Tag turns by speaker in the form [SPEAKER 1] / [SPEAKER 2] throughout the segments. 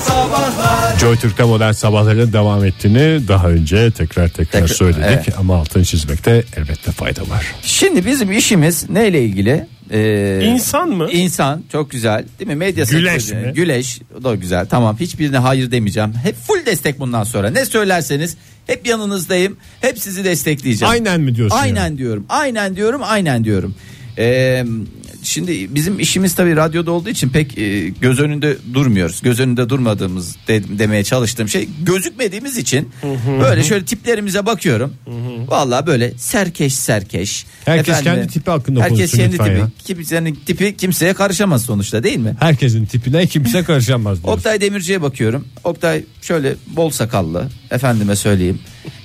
[SPEAKER 1] sabahlar
[SPEAKER 2] Joy Türk'te modern sabahların devam ettiğini daha önce tekrar tekrar
[SPEAKER 3] Tekrar-
[SPEAKER 2] söyledik
[SPEAKER 3] evet.
[SPEAKER 2] ama altını çizmekte elbette fayda var.
[SPEAKER 3] Şimdi bizim işimiz neyle ilgili? Ee,
[SPEAKER 4] İnsan mı?
[SPEAKER 3] İnsan çok güzel değil mi? Medya
[SPEAKER 2] Güleş
[SPEAKER 3] sektörü-
[SPEAKER 2] mi?
[SPEAKER 3] Güleş o da güzel tamam hiçbirine hayır demeyeceğim. Hep full destek bundan sonra ne söylerseniz hep yanınızdayım hep sizi destekleyeceğim.
[SPEAKER 2] Aynen mi diyorsun?
[SPEAKER 3] Aynen
[SPEAKER 2] ya?
[SPEAKER 3] diyorum. Aynen diyorum. Aynen diyorum. Ee, şimdi bizim işimiz tabii radyoda olduğu için pek e, göz önünde durmuyoruz. Göz önünde durmadığımız de- demeye çalıştığım şey gözükmediğimiz için böyle şöyle tiplerimize bakıyorum. Vallahi böyle serkeş serkeş.
[SPEAKER 2] Herkes kendi tipi hakkında
[SPEAKER 3] Herkes
[SPEAKER 2] konuşsun
[SPEAKER 3] kendi
[SPEAKER 2] lütfen
[SPEAKER 3] tipi.
[SPEAKER 2] ya.
[SPEAKER 3] Kimsenin tipi kimseye karışamaz sonuçta değil mi?
[SPEAKER 2] Herkesin tipine kimse karışamaz diyorsun.
[SPEAKER 3] Oktay Demirci'ye bakıyorum. Oktay şöyle bol sakallı efendime söyleyeyim.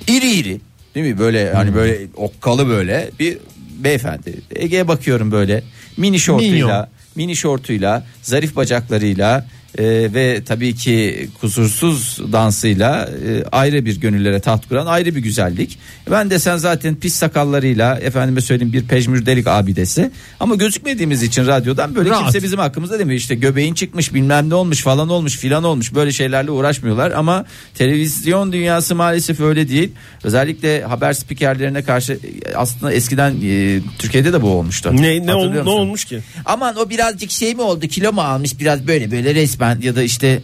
[SPEAKER 3] İri iri değil mi böyle hani böyle okkalı böyle bir beyefendi. Ege'ye bakıyorum böyle mini
[SPEAKER 2] Minyon.
[SPEAKER 3] şortuyla, mini şortuyla, zarif bacaklarıyla e, ve tabii ki kusursuz dansıyla e, ayrı bir gönüllere taht kuran ayrı bir güzellik. Ben de sen zaten pis sakallarıyla efendime söyleyeyim bir pejmürdelik abidesi ama gözükmediğimiz için radyodan böyle
[SPEAKER 2] Rahat.
[SPEAKER 3] kimse bizim hakkımızda demiyor işte göbeğin çıkmış bilmem ne olmuş falan olmuş filan olmuş böyle şeylerle uğraşmıyorlar ama televizyon dünyası maalesef öyle değil. Özellikle haber spikerlerine karşı e, aslında eskiden e, Türkiye'de de bu olmuştu.
[SPEAKER 4] Ne ne, ol-
[SPEAKER 3] Hatırlıyor
[SPEAKER 4] ne
[SPEAKER 3] musun?
[SPEAKER 4] olmuş ki?
[SPEAKER 3] Aman o birazcık şey mi oldu kilo mu almış biraz böyle böyle resmen ya da işte e,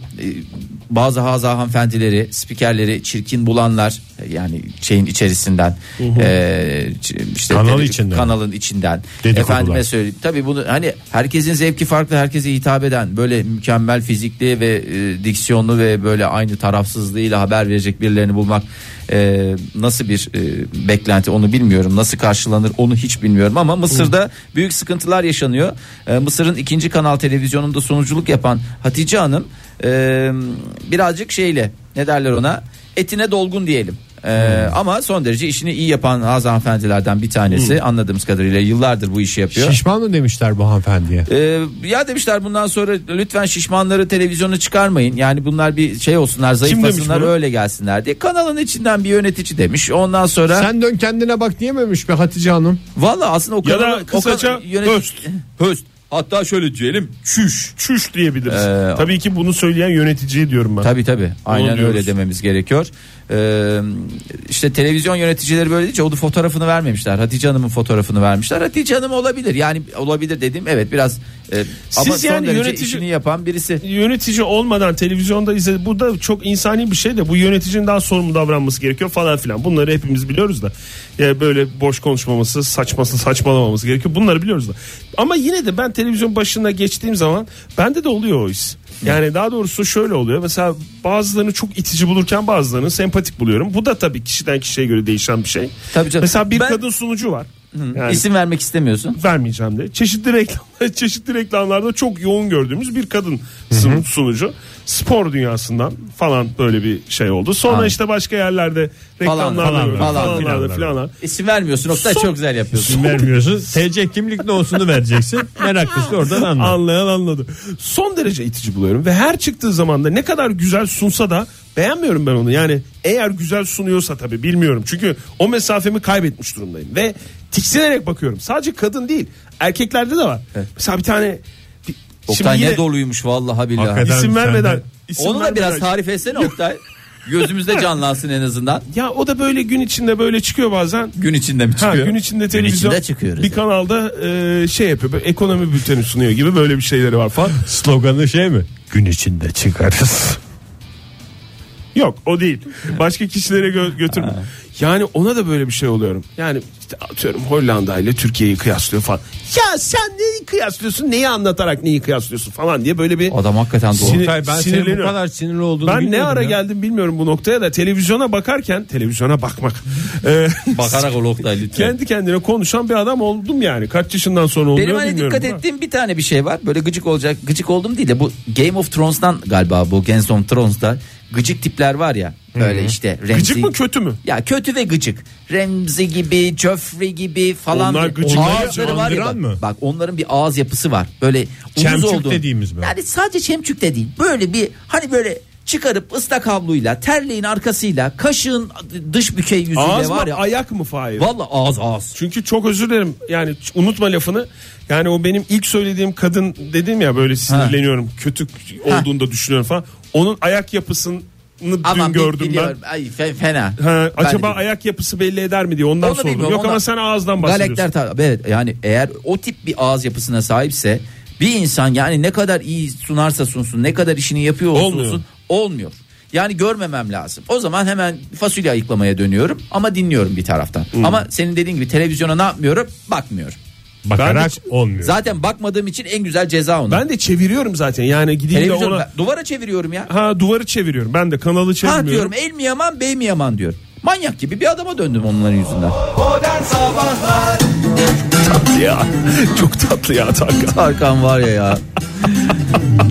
[SPEAKER 3] bazı haza hanımefendileri spikerleri çirkin bulanlar e, yani şeyin içerisinden e, ç- işte
[SPEAKER 2] Kanal
[SPEAKER 3] tele-
[SPEAKER 2] içinden.
[SPEAKER 3] kanalın içinden
[SPEAKER 2] Dedikodular.
[SPEAKER 3] efendime söyleyeyim tabi bunu hani herkesin zevki farklı herkese hitap eden böyle mükemmel fizikli ve e, diksiyonlu ve böyle aynı tarafsızlığıyla haber verecek birilerini bulmak e, nasıl bir e, beklenti onu bilmiyorum nasıl karşılanır onu hiç bilmiyorum ama Mısır'da büyük sıkıntılar yaşanıyor E, Mısır'ın ikinci kanal televizyonunda sunuculuk yapan Hatice Hanım e, birazcık şeyle ne derler ona etine dolgun diyelim ee, ama son derece işini iyi yapan Hazan hanımefendilerden bir tanesi anladığımız kadarıyla yıllardır bu işi yapıyor.
[SPEAKER 2] Şişman mı demişler bu hanımefendiye?
[SPEAKER 3] Ee, ya demişler bundan sonra lütfen şişmanları televizyona çıkarmayın. Yani bunlar bir şey olsunlar zayıflasınlar
[SPEAKER 4] demiş bunu?
[SPEAKER 3] öyle gelsinler diye. Kanalın içinden bir yönetici demiş. Ondan sonra
[SPEAKER 2] Sen dön kendine bak diyememiş be Hatice Hanım.
[SPEAKER 3] valla aslında o
[SPEAKER 4] Ya da
[SPEAKER 3] kanalın- o
[SPEAKER 4] kısaca
[SPEAKER 3] kanal- yönet-
[SPEAKER 4] höst.
[SPEAKER 3] höst. Hatta şöyle diyelim çüş.
[SPEAKER 4] Çüş diyebiliriz.
[SPEAKER 3] Ee,
[SPEAKER 4] Tabii ki bunu söyleyen yöneticiye diyorum ben.
[SPEAKER 3] Tabi tabi aynen
[SPEAKER 4] diyoruz.
[SPEAKER 3] öyle dememiz gerekiyor. Ee, işte televizyon yöneticileri böyle deyince onun fotoğrafını vermemişler. Hatice Hanım'ın fotoğrafını vermişler. Hatice Hanım olabilir yani olabilir dediğim evet biraz e, ama
[SPEAKER 4] Siz
[SPEAKER 3] son
[SPEAKER 4] yani
[SPEAKER 3] derece
[SPEAKER 4] yönetici-
[SPEAKER 3] işini yapan birisi.
[SPEAKER 4] Yönetici olmadan televizyonda izle bu da çok insani bir şey de bu yöneticinin daha sorumlu davranması gerekiyor falan filan. Bunları hepimiz biliyoruz da. Ya böyle boş konuşmaması, saçması, saçmalamamız gerekiyor. Bunları biliyoruz da. Ama yine de ben televizyon başına geçtiğim zaman bende de oluyor o his. Yani daha doğrusu şöyle oluyor. Mesela bazılarını çok itici bulurken bazılarını sempatik buluyorum. Bu da tabii kişiden kişiye göre değişen bir şey.
[SPEAKER 3] Tabii canım.
[SPEAKER 4] Mesela bir
[SPEAKER 3] Ben-
[SPEAKER 4] kadın sunucu var. Yani-
[SPEAKER 3] İsim vermek istemiyorsun.
[SPEAKER 4] vermeyeceğim de çeşitli reklam çeşitli reklamlarda çok yoğun gördüğümüz bir kadın sun- sunucu spor dünyasından falan böyle bir şey oldu. Sonra
[SPEAKER 3] Anladım.
[SPEAKER 4] işte başka yerlerde
[SPEAKER 3] Falan,
[SPEAKER 4] reklamlarda
[SPEAKER 3] falan,
[SPEAKER 4] gördüm.
[SPEAKER 3] falan,
[SPEAKER 4] falanlarda
[SPEAKER 2] filanlarda.
[SPEAKER 4] filanlar.
[SPEAKER 3] İsim vermiyorsun nokta
[SPEAKER 4] Son-
[SPEAKER 3] çok güzel yapıyorsun.
[SPEAKER 2] İsim vermiyorsun. TC kimlik nosunu vereceksin. Meraklısı oradan anlar.
[SPEAKER 4] Anlayan anladı. Son derece itici buluyorum ve her çıktığı zaman da ne kadar güzel sunsa da beğenmiyorum ben onu. Yani eğer güzel sunuyorsa tabii bilmiyorum. Çünkü o mesafemi kaybetmiş durumdayım ve tiksinerek bakıyorum. Sadece kadın değil, erkeklerde de var. Mesela bir tane bir-
[SPEAKER 3] Oktay
[SPEAKER 4] yine-
[SPEAKER 3] ne doluymuş vallahi billahi.
[SPEAKER 2] Hakikaten.
[SPEAKER 4] İsim
[SPEAKER 2] Sen-
[SPEAKER 4] vermeden.
[SPEAKER 2] sen-
[SPEAKER 4] isim
[SPEAKER 3] Onu da
[SPEAKER 4] vermeden-
[SPEAKER 3] biraz tarif etsene Oktay. Gözümüzde canlansın en azından.
[SPEAKER 4] Ya o da böyle gün içinde böyle çıkıyor bazen.
[SPEAKER 3] Gün içinde mi çıkıyor?
[SPEAKER 4] Ha, gün içinde televizyon
[SPEAKER 3] içinde çıkıyoruz.
[SPEAKER 4] bir kanalda e, şey yapıyor böyle ekonomi bülteni sunuyor gibi böyle bir şeyleri var falan.
[SPEAKER 2] Sloganı şey mi? Gün içinde çıkarız.
[SPEAKER 4] Yok o değil. Başka kişilere gö- götürme. Yani ona da böyle bir şey oluyorum. Yani işte atıyorum Hollanda ile Türkiye'yi kıyaslıyor falan. Ya sen neyi kıyaslıyorsun? Neyi anlatarak neyi kıyaslıyorsun falan diye böyle bir
[SPEAKER 3] Adam hakikaten doğru.
[SPEAKER 4] Sinir-
[SPEAKER 2] Oktay ben senin bu
[SPEAKER 4] Sinirleniyorum.
[SPEAKER 2] kadar sinirli olduğunu
[SPEAKER 4] ben ne
[SPEAKER 2] bilmiyordum
[SPEAKER 4] ara
[SPEAKER 2] ya.
[SPEAKER 4] geldim bilmiyorum bu noktaya da televizyona bakarken televizyona bakmak. Ee,
[SPEAKER 3] Bakarak ol Oktay lütfen.
[SPEAKER 4] kendi kendine konuşan bir adam oldum yani. Kaç yaşından sonra oluyor
[SPEAKER 3] Benim hani
[SPEAKER 4] bilmiyorum.
[SPEAKER 3] dikkat
[SPEAKER 4] ama.
[SPEAKER 3] ettiğim bir tane bir şey var. Böyle gıcık olacak. Gıcık oldum değil de bu Game of Thrones'tan galiba bu Game of Thrones'ta gıcık tipler var ya. Böyle işte Ramsay.
[SPEAKER 4] Gıcık mı kötü mü?
[SPEAKER 3] Ya kötü ve gıcık. Ramsey gibi, Joffrey gibi falan.
[SPEAKER 4] Onlar
[SPEAKER 3] bir-
[SPEAKER 4] gıcık.
[SPEAKER 3] Ağızları
[SPEAKER 2] Onları
[SPEAKER 3] var ya bak,
[SPEAKER 2] andıran mı?
[SPEAKER 3] bak onların bir ağız yapısı var. Böyle uzun
[SPEAKER 2] Çemçük
[SPEAKER 3] olduğun.
[SPEAKER 2] dediğimiz mi?
[SPEAKER 3] Yani sadece çemçük de değil. Böyle bir hani böyle çıkarıp ıslak havluyla, terliğin arkasıyla, kaşığın dış bükey yüzüyle
[SPEAKER 4] Ağız mı
[SPEAKER 3] var ya.
[SPEAKER 4] ayak mı Fahir?
[SPEAKER 3] Valla ağız ağız.
[SPEAKER 4] Çünkü çok özür dilerim yani ç- unutma lafını. Yani o benim ilk söylediğim kadın dedim ya böyle sinirleniyorum. Kötü olduğunu da düşünüyorum falan. Onun ayak yapısını
[SPEAKER 3] Ama
[SPEAKER 4] dün gördüm ben.
[SPEAKER 3] biliyorum. Ay fe- fena.
[SPEAKER 4] Ha,
[SPEAKER 3] Ben de
[SPEAKER 4] acaba
[SPEAKER 3] bilmiyorum.
[SPEAKER 4] ayak yapısı belli eder mi diye ondan
[SPEAKER 3] Onu
[SPEAKER 4] sordum.
[SPEAKER 3] bilmiyorum,
[SPEAKER 4] Yok ama
[SPEAKER 3] ondan-
[SPEAKER 4] sen ağızdan bahsediyorsun.
[SPEAKER 3] Galakter tabi evet yani eğer o tip bir ağız yapısına sahipse bir insan yani ne kadar iyi sunarsa sunsun ne kadar işini yapıyor olsun
[SPEAKER 4] Olmuyor.
[SPEAKER 3] olsun, olmuyor. Yani görmemem lazım. O zaman hemen fasulye ayıklamaya dönüyorum ama dinliyorum bir taraftan.
[SPEAKER 4] Hmm.
[SPEAKER 3] Ama senin dediğin gibi televizyona ne yapmıyorum? Bakmıyorum.
[SPEAKER 2] Bakarak
[SPEAKER 4] hiç-
[SPEAKER 2] olmuyor.
[SPEAKER 3] Zaten bakmadığım için en güzel ceza onu.
[SPEAKER 4] Ben de çeviriyorum zaten. Yani gideyim de
[SPEAKER 3] Televizyon
[SPEAKER 4] ona
[SPEAKER 3] ben duvara çeviriyorum ya.
[SPEAKER 4] ha duvarı çeviriyorum. Ben de kanalı
[SPEAKER 3] Ha
[SPEAKER 4] çevirmiyorum.
[SPEAKER 3] diyorum el mi yaman bey mi yaman diyor. Manyak gibi bir adama döndüm onların yüzünden.
[SPEAKER 4] Ya çok tatlı ya Tarkan.
[SPEAKER 3] Tarkan var ya ya.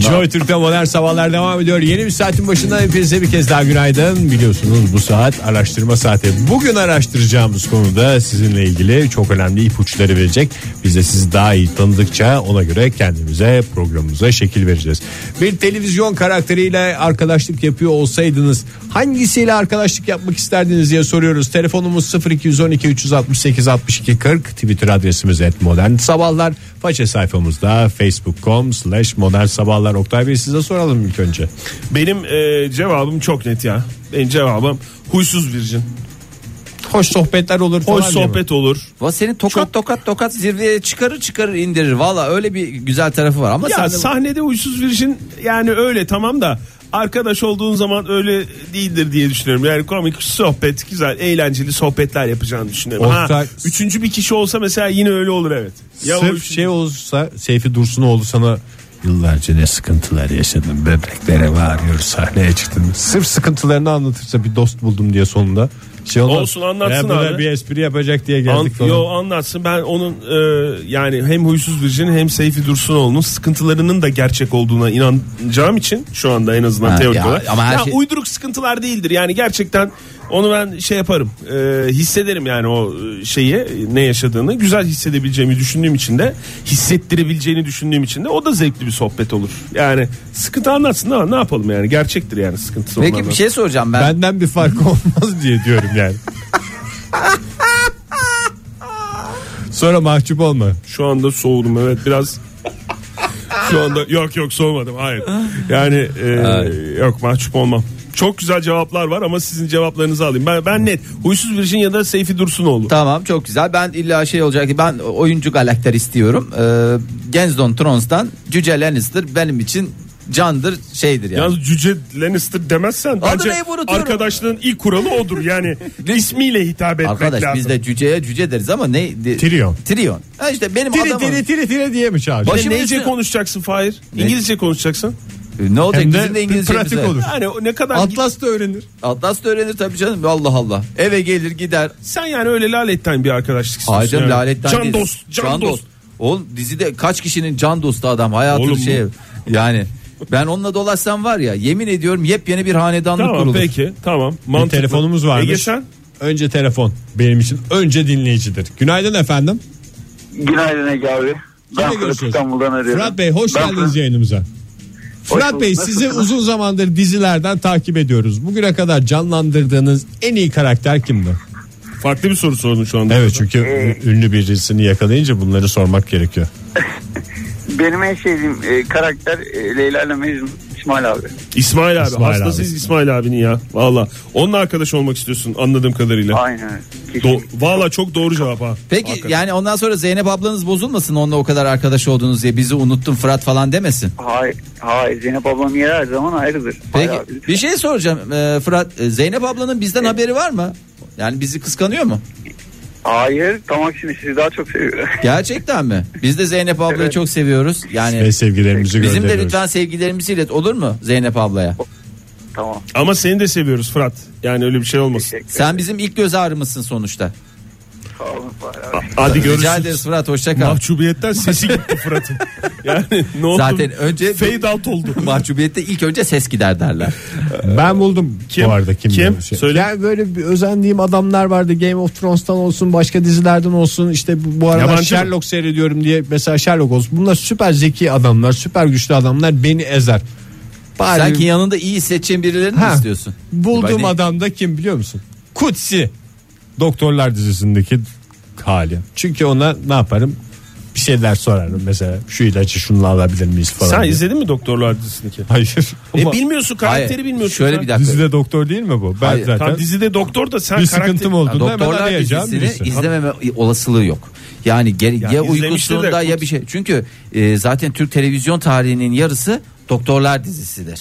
[SPEAKER 2] Joy Türk'te modern sabahlar devam ediyor. Yeni bir saatin başında hepinize bir kez daha günaydın. Biliyorsunuz bu saat araştırma saati. Bugün araştıracağımız konuda sizinle ilgili çok önemli ipuçları verecek. Biz de sizi daha iyi tanıdıkça ona göre kendimize programımıza şekil vereceğiz. Bir televizyon karakteriyle arkadaşlık yapıyor olsaydınız hangisiyle arkadaşlık yapmak isterdiniz diye soruyoruz. Telefonumuz 0212 368 62 40 Twitter adresimiz et modern sabahlar. Faça sayfamızda facebook.com slash modern sabahlar. Oktay Bey size soralım ilk önce.
[SPEAKER 4] Benim e, cevabım çok net ya. Benim cevabım huysuz virgin.
[SPEAKER 2] Hoş sohbetler olur falan
[SPEAKER 4] Hoş sohbet olur.
[SPEAKER 3] Va seni tokat tokat tokat zirveye çıkarır çıkarır indirir. Valla öyle bir güzel tarafı var ama
[SPEAKER 4] Ya
[SPEAKER 3] sen de-
[SPEAKER 4] sahnede huysuz virgin yani öyle tamam da arkadaş olduğun zaman öyle değildir diye düşünüyorum. Yani komik sohbet güzel eğlenceli sohbetler yapacağını düşünüyorum. Ha,
[SPEAKER 2] Oktay-
[SPEAKER 4] üçüncü bir kişi olsa mesela yine öyle olur evet. Ya
[SPEAKER 2] Sırf
[SPEAKER 4] huysuz-
[SPEAKER 2] şey olsa Seyfi Dursunoğlu sana yıllarca ne sıkıntılar yaşadım böbreklere varıyor sahneye çıktım. Sırf sıkıntılarını anlatırsa bir dost buldum diye sonunda şey olmaz.
[SPEAKER 4] Olsun, anlatsın
[SPEAKER 2] Ya bu da
[SPEAKER 4] abi.
[SPEAKER 2] bir espri yapacak diye
[SPEAKER 4] An-
[SPEAKER 2] geldik falan.
[SPEAKER 4] yo anlatsın ben onun e, yani hem huysuz virjin hem Seyfi Dursunoğlu'nun sıkıntılarının da gerçek olduğuna inanacağım için şu anda en azından
[SPEAKER 3] Ha,
[SPEAKER 4] teorik
[SPEAKER 3] ya,
[SPEAKER 4] olarak.
[SPEAKER 3] ama her
[SPEAKER 4] Ya
[SPEAKER 3] şey-
[SPEAKER 4] uyduruk sıkıntılar değildir yani gerçekten onu ben şey yaparım e, hissederim yani o e, şeyi ne yaşadığını güzel hissedebileceğimi düşündüğüm için de hissettirebileceğini düşündüğüm için de o da zevkli bir sohbet olur. Yani sıkıntı anlatsın ama ne yapalım yani gerçektir yani sıkıntısı
[SPEAKER 3] Peki
[SPEAKER 4] olmadan.
[SPEAKER 3] bir şey soracağım ben.
[SPEAKER 2] Benden bir fark olmaz diye diyorum yani. Sonra mahcup olma.
[SPEAKER 4] Şu anda soğudum evet biraz. Şu anda yok yok soğumadım hayır. Yani e, yok mahcup olmam. Çok güzel cevaplar var ama sizin cevaplarınızı alayım. Ben, ben net huysuz virjin ya da Seyfi Dursunoğlu.
[SPEAKER 3] Tamam çok güzel. Ben illa şey olacak ki ben oyuncu galakter istiyorum. Ee, Genzon Trons'tan Cüce Lannister benim için candır şeydir yani.
[SPEAKER 4] Yalnız Cüce Lannister demezsen bence
[SPEAKER 3] hep unutuyorum.
[SPEAKER 4] arkadaşlığın ilk kuralı odur. Yani ismiyle hitap etmek
[SPEAKER 3] Arkadaş
[SPEAKER 4] lazım.
[SPEAKER 3] biz de cüceye cüce deriz ama ne? de-
[SPEAKER 2] Trion.
[SPEAKER 3] Trion. Ha işte benim
[SPEAKER 2] Tire
[SPEAKER 3] adamım.
[SPEAKER 2] tire tire tire diye mi çağırıyor?
[SPEAKER 3] Baş-
[SPEAKER 4] Başımın Neyce
[SPEAKER 3] üstüne-
[SPEAKER 4] konuşacaksın Fahir? İngilizce konuşacaksın.
[SPEAKER 3] Ne olacak
[SPEAKER 2] Hem de
[SPEAKER 3] bizim de İngilizce
[SPEAKER 2] pratik olur.
[SPEAKER 4] Yani o ne kadar
[SPEAKER 2] Atlas da öğrenir.
[SPEAKER 3] Atlas da öğrenir tabii canım. Allah Allah. Eve gelir gider.
[SPEAKER 4] sen yani öyle laletten bir arkadaşlık istiyorsun.
[SPEAKER 3] Hayır canım
[SPEAKER 4] yani.
[SPEAKER 3] laletten
[SPEAKER 4] can
[SPEAKER 3] değil.
[SPEAKER 4] dost, can, dost.
[SPEAKER 3] Oğlum dizide kaç kişinin can dostu adam hayatını
[SPEAKER 4] Oğlum bu-
[SPEAKER 3] şey yani ben onunla dolaşsam var ya yemin ediyorum yepyeni bir hanedanlık
[SPEAKER 4] Tamam
[SPEAKER 3] kurulur.
[SPEAKER 4] peki tamam.
[SPEAKER 2] Bir
[SPEAKER 4] Mantıklı. E,
[SPEAKER 2] telefonumuz varmış.
[SPEAKER 4] Ege sen?
[SPEAKER 2] Önce telefon benim için önce dinleyicidir. Günaydın efendim.
[SPEAKER 1] Günaydın Ege abi. Ben
[SPEAKER 2] Kimle
[SPEAKER 1] Fırat
[SPEAKER 2] görüşüyoruz?
[SPEAKER 1] İstanbul'dan arıyorum.
[SPEAKER 2] Fırat Bey hoş
[SPEAKER 1] Ben
[SPEAKER 2] geldiniz
[SPEAKER 1] Fırat-
[SPEAKER 2] yayınımıza. Fırat
[SPEAKER 1] bulduk.
[SPEAKER 2] Bey
[SPEAKER 1] Nasılsınız?
[SPEAKER 2] sizi uzun zamandır dizilerden takip ediyoruz. Bugüne kadar canlandırdığınız en iyi karakter kimdi?
[SPEAKER 4] Farklı bir soru sordun şu anda.
[SPEAKER 2] Evet çünkü
[SPEAKER 1] Ee,
[SPEAKER 2] ü- ünlü birisini yakalayınca bunları sormak gerekiyor.
[SPEAKER 1] Benim en sevdiğim e, karakter e, Leyla ile Mecnun İsmail abi.
[SPEAKER 4] İsmail abi.
[SPEAKER 2] İsmail
[SPEAKER 4] hastasıyız
[SPEAKER 2] abi.
[SPEAKER 4] İsmail abinin ya. Valla. Onunla arkadaş olmak istiyorsun anladığım kadarıyla.
[SPEAKER 1] Aynen öyle.
[SPEAKER 4] Do-
[SPEAKER 1] Kesin.
[SPEAKER 4] Valla çok doğru cevap ha.
[SPEAKER 3] Peki
[SPEAKER 4] Hakikaten.
[SPEAKER 3] yani ondan sonra Zeynep ablanız bozulmasın onunla o kadar arkadaş oldunuz diye bizi unuttun Fırat falan demesin.
[SPEAKER 1] Hayır, hayır Zeynep ablam yeri her zaman ayrıdır.
[SPEAKER 3] Peki
[SPEAKER 1] Hayır abi.
[SPEAKER 3] bir şey soracağım Ee, Fırat e, Zeynep ablanın bizden haberi var mı? Yani bizi kıskanıyor mu?
[SPEAKER 1] Hayır tam aksine sizi daha çok seviyorum.
[SPEAKER 3] Gerçekten mi? Biz de Zeynep ablayı
[SPEAKER 1] Evet.
[SPEAKER 3] çok seviyoruz. Yani
[SPEAKER 2] Ve sevgilerimizi
[SPEAKER 3] bizim de
[SPEAKER 2] gönderiyoruz.
[SPEAKER 3] lütfen sevgilerimizi ilet olur mu Zeynep ablaya?
[SPEAKER 1] tamam.
[SPEAKER 4] Ama seni de seviyoruz Fırat. Yani öyle bir şey olmasın.
[SPEAKER 1] Teşekkür
[SPEAKER 3] Sen bizim ilk göz ağrımızsın sonuçta.
[SPEAKER 1] Sağ olun Fahri abi.
[SPEAKER 4] Hadi
[SPEAKER 3] Rica
[SPEAKER 4] görüşürüz.
[SPEAKER 3] ederiz Fırat hoşça kal.
[SPEAKER 4] Mahcubiyetten sesi gitti Fırat'ın. Yani ne oldu?
[SPEAKER 3] Zaten önce-
[SPEAKER 4] Fade out oldu.
[SPEAKER 3] Mahcubiyette ilk önce ses gider derler.
[SPEAKER 2] Ben buldum
[SPEAKER 4] Kim?
[SPEAKER 2] bu arada kim?
[SPEAKER 4] Kim?
[SPEAKER 2] bilir Şey.
[SPEAKER 4] Söyle.
[SPEAKER 2] Yani böyle bir özendiğim adamlar vardı. Game of Thrones'tan olsun başka dizilerden olsun. İşte bu, bu arada
[SPEAKER 4] Yabancı mı?
[SPEAKER 2] Sherlock seyrediyorum diye mesela Sherlock olsun. Bunlar süper zeki adamlar süper güçlü adamlar beni ezer. Bari
[SPEAKER 3] Sanki yanında iyi hissedeceğin birilerini mi
[SPEAKER 2] Ha.
[SPEAKER 3] istiyorsun?
[SPEAKER 2] bulduğum
[SPEAKER 3] Ben-
[SPEAKER 2] adam da kim biliyor musun? Kutsi. Doktorlar dizisindeki hali. Çünkü ona ne yaparım? bir şeyler sorarım mesela. Şu ilacı şununla alabilir miyiz falan.
[SPEAKER 4] Sen
[SPEAKER 2] diye.
[SPEAKER 4] izledin mi Doktorlar dizisini ki?
[SPEAKER 2] Hayır.
[SPEAKER 4] E
[SPEAKER 2] Ama
[SPEAKER 4] bilmiyorsun karakteri
[SPEAKER 3] Hayır,
[SPEAKER 4] bilmiyorsun.
[SPEAKER 3] Şöyle
[SPEAKER 4] sen.
[SPEAKER 3] bir dakika.
[SPEAKER 2] dizide doktor değil mi bu? Ben
[SPEAKER 3] Hayır,
[SPEAKER 2] zaten
[SPEAKER 4] Tam dizide doktor da sen
[SPEAKER 2] bir
[SPEAKER 4] karakter...
[SPEAKER 2] sıkıntım
[SPEAKER 3] Yani
[SPEAKER 2] olduğunu hemen
[SPEAKER 3] doktorlar
[SPEAKER 2] arayacağım
[SPEAKER 3] dizisini
[SPEAKER 2] birisi.
[SPEAKER 3] izlememe olasılığı yok. Yani gene- ya,
[SPEAKER 4] izlemiştir de
[SPEAKER 3] uykusunda
[SPEAKER 4] kurt-
[SPEAKER 3] ya bir şey. Çünkü e, zaten Türk televizyon tarihinin yarısı doktorlar dizisidir.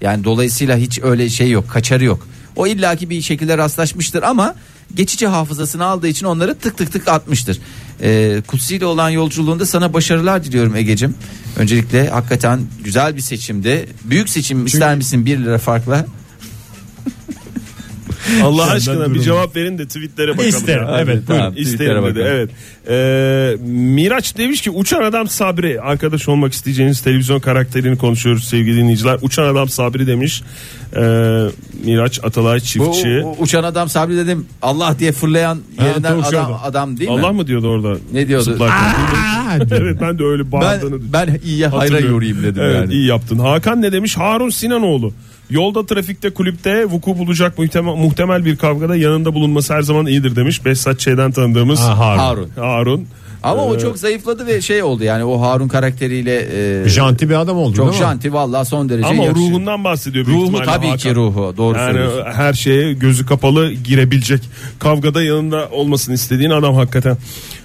[SPEAKER 3] Yani dolayısıyla hiç öyle şey yok, kaçarı yok. O illaki bir şekilde rastlaşmıştır ama geçici hafızasını aldığı için onları tık tık tık atmıştır. E, Kutsi ile olan yolculuğunda sana başarılar diliyorum Egecim. Öncelikle hakikaten güzel bir seçimdi. Büyük seçim ister misin 1 lira farkla?
[SPEAKER 4] Allah
[SPEAKER 2] Senden
[SPEAKER 4] aşkına bir
[SPEAKER 2] durum.
[SPEAKER 4] cevap verin de tweetlere bakalım.
[SPEAKER 2] İsterim,
[SPEAKER 4] ya.
[SPEAKER 2] evet,
[SPEAKER 4] Buyurun,
[SPEAKER 3] tamam,
[SPEAKER 4] İsterim
[SPEAKER 3] tweetlere
[SPEAKER 4] dedi.
[SPEAKER 3] bakalım.
[SPEAKER 4] Evet. Ee, Miraç demiş ki uçan adam Sabri. Arkadaş olmak isteyeceğiniz televizyon karakterini konuşuyoruz sevgili dinleyiciler. Uçan adam Sabri demiş. Ee, Miraç Atalay
[SPEAKER 3] Bu
[SPEAKER 4] çiftçi.
[SPEAKER 3] u- uçan adam sabri dedim Allah diye fırlayan yerinden
[SPEAKER 2] doğru, şey
[SPEAKER 3] adam,
[SPEAKER 2] oldu.
[SPEAKER 3] adam değil
[SPEAKER 4] Allah
[SPEAKER 3] mi?
[SPEAKER 4] mı diyordu orada?
[SPEAKER 3] Ne diyordu?
[SPEAKER 4] Zıplarken. evet ben de öyle
[SPEAKER 3] Ben
[SPEAKER 4] bağırdığını
[SPEAKER 3] ben iyiye hayra
[SPEAKER 4] Hatırlıyorum.
[SPEAKER 3] yorayım dedim
[SPEAKER 4] evet,
[SPEAKER 3] yani.
[SPEAKER 4] iyi yaptın. Hakan ne demiş? Harun Sinanoğlu. Yolda trafikte kulüpte vuku bulacak muhtemel, muhtemel bir kavgada yanında bulunması her zaman iyidir demiş. Behzat Ç'den tanıdığımız
[SPEAKER 2] Ha, Harun.
[SPEAKER 3] Harun.
[SPEAKER 4] Harun.
[SPEAKER 3] Ama o çok zayıfladı ve şey oldu yani o Harun karakteriyle e,
[SPEAKER 2] Janti bir adam oldu
[SPEAKER 3] çok
[SPEAKER 2] değil mi?
[SPEAKER 3] janti vallahi son derece
[SPEAKER 4] Ama o
[SPEAKER 3] yakışıyor.
[SPEAKER 4] ruhundan bahsediyor büyük
[SPEAKER 3] Şey ruhu
[SPEAKER 4] ihtimalle
[SPEAKER 3] tabii
[SPEAKER 4] Hakan.
[SPEAKER 3] ki ruhu doğru
[SPEAKER 4] Yani e,
[SPEAKER 3] söylüyorsun.
[SPEAKER 4] her şeye gözü kapalı girebilecek. Kavgada yanında olmasını istediğin adam hakikaten.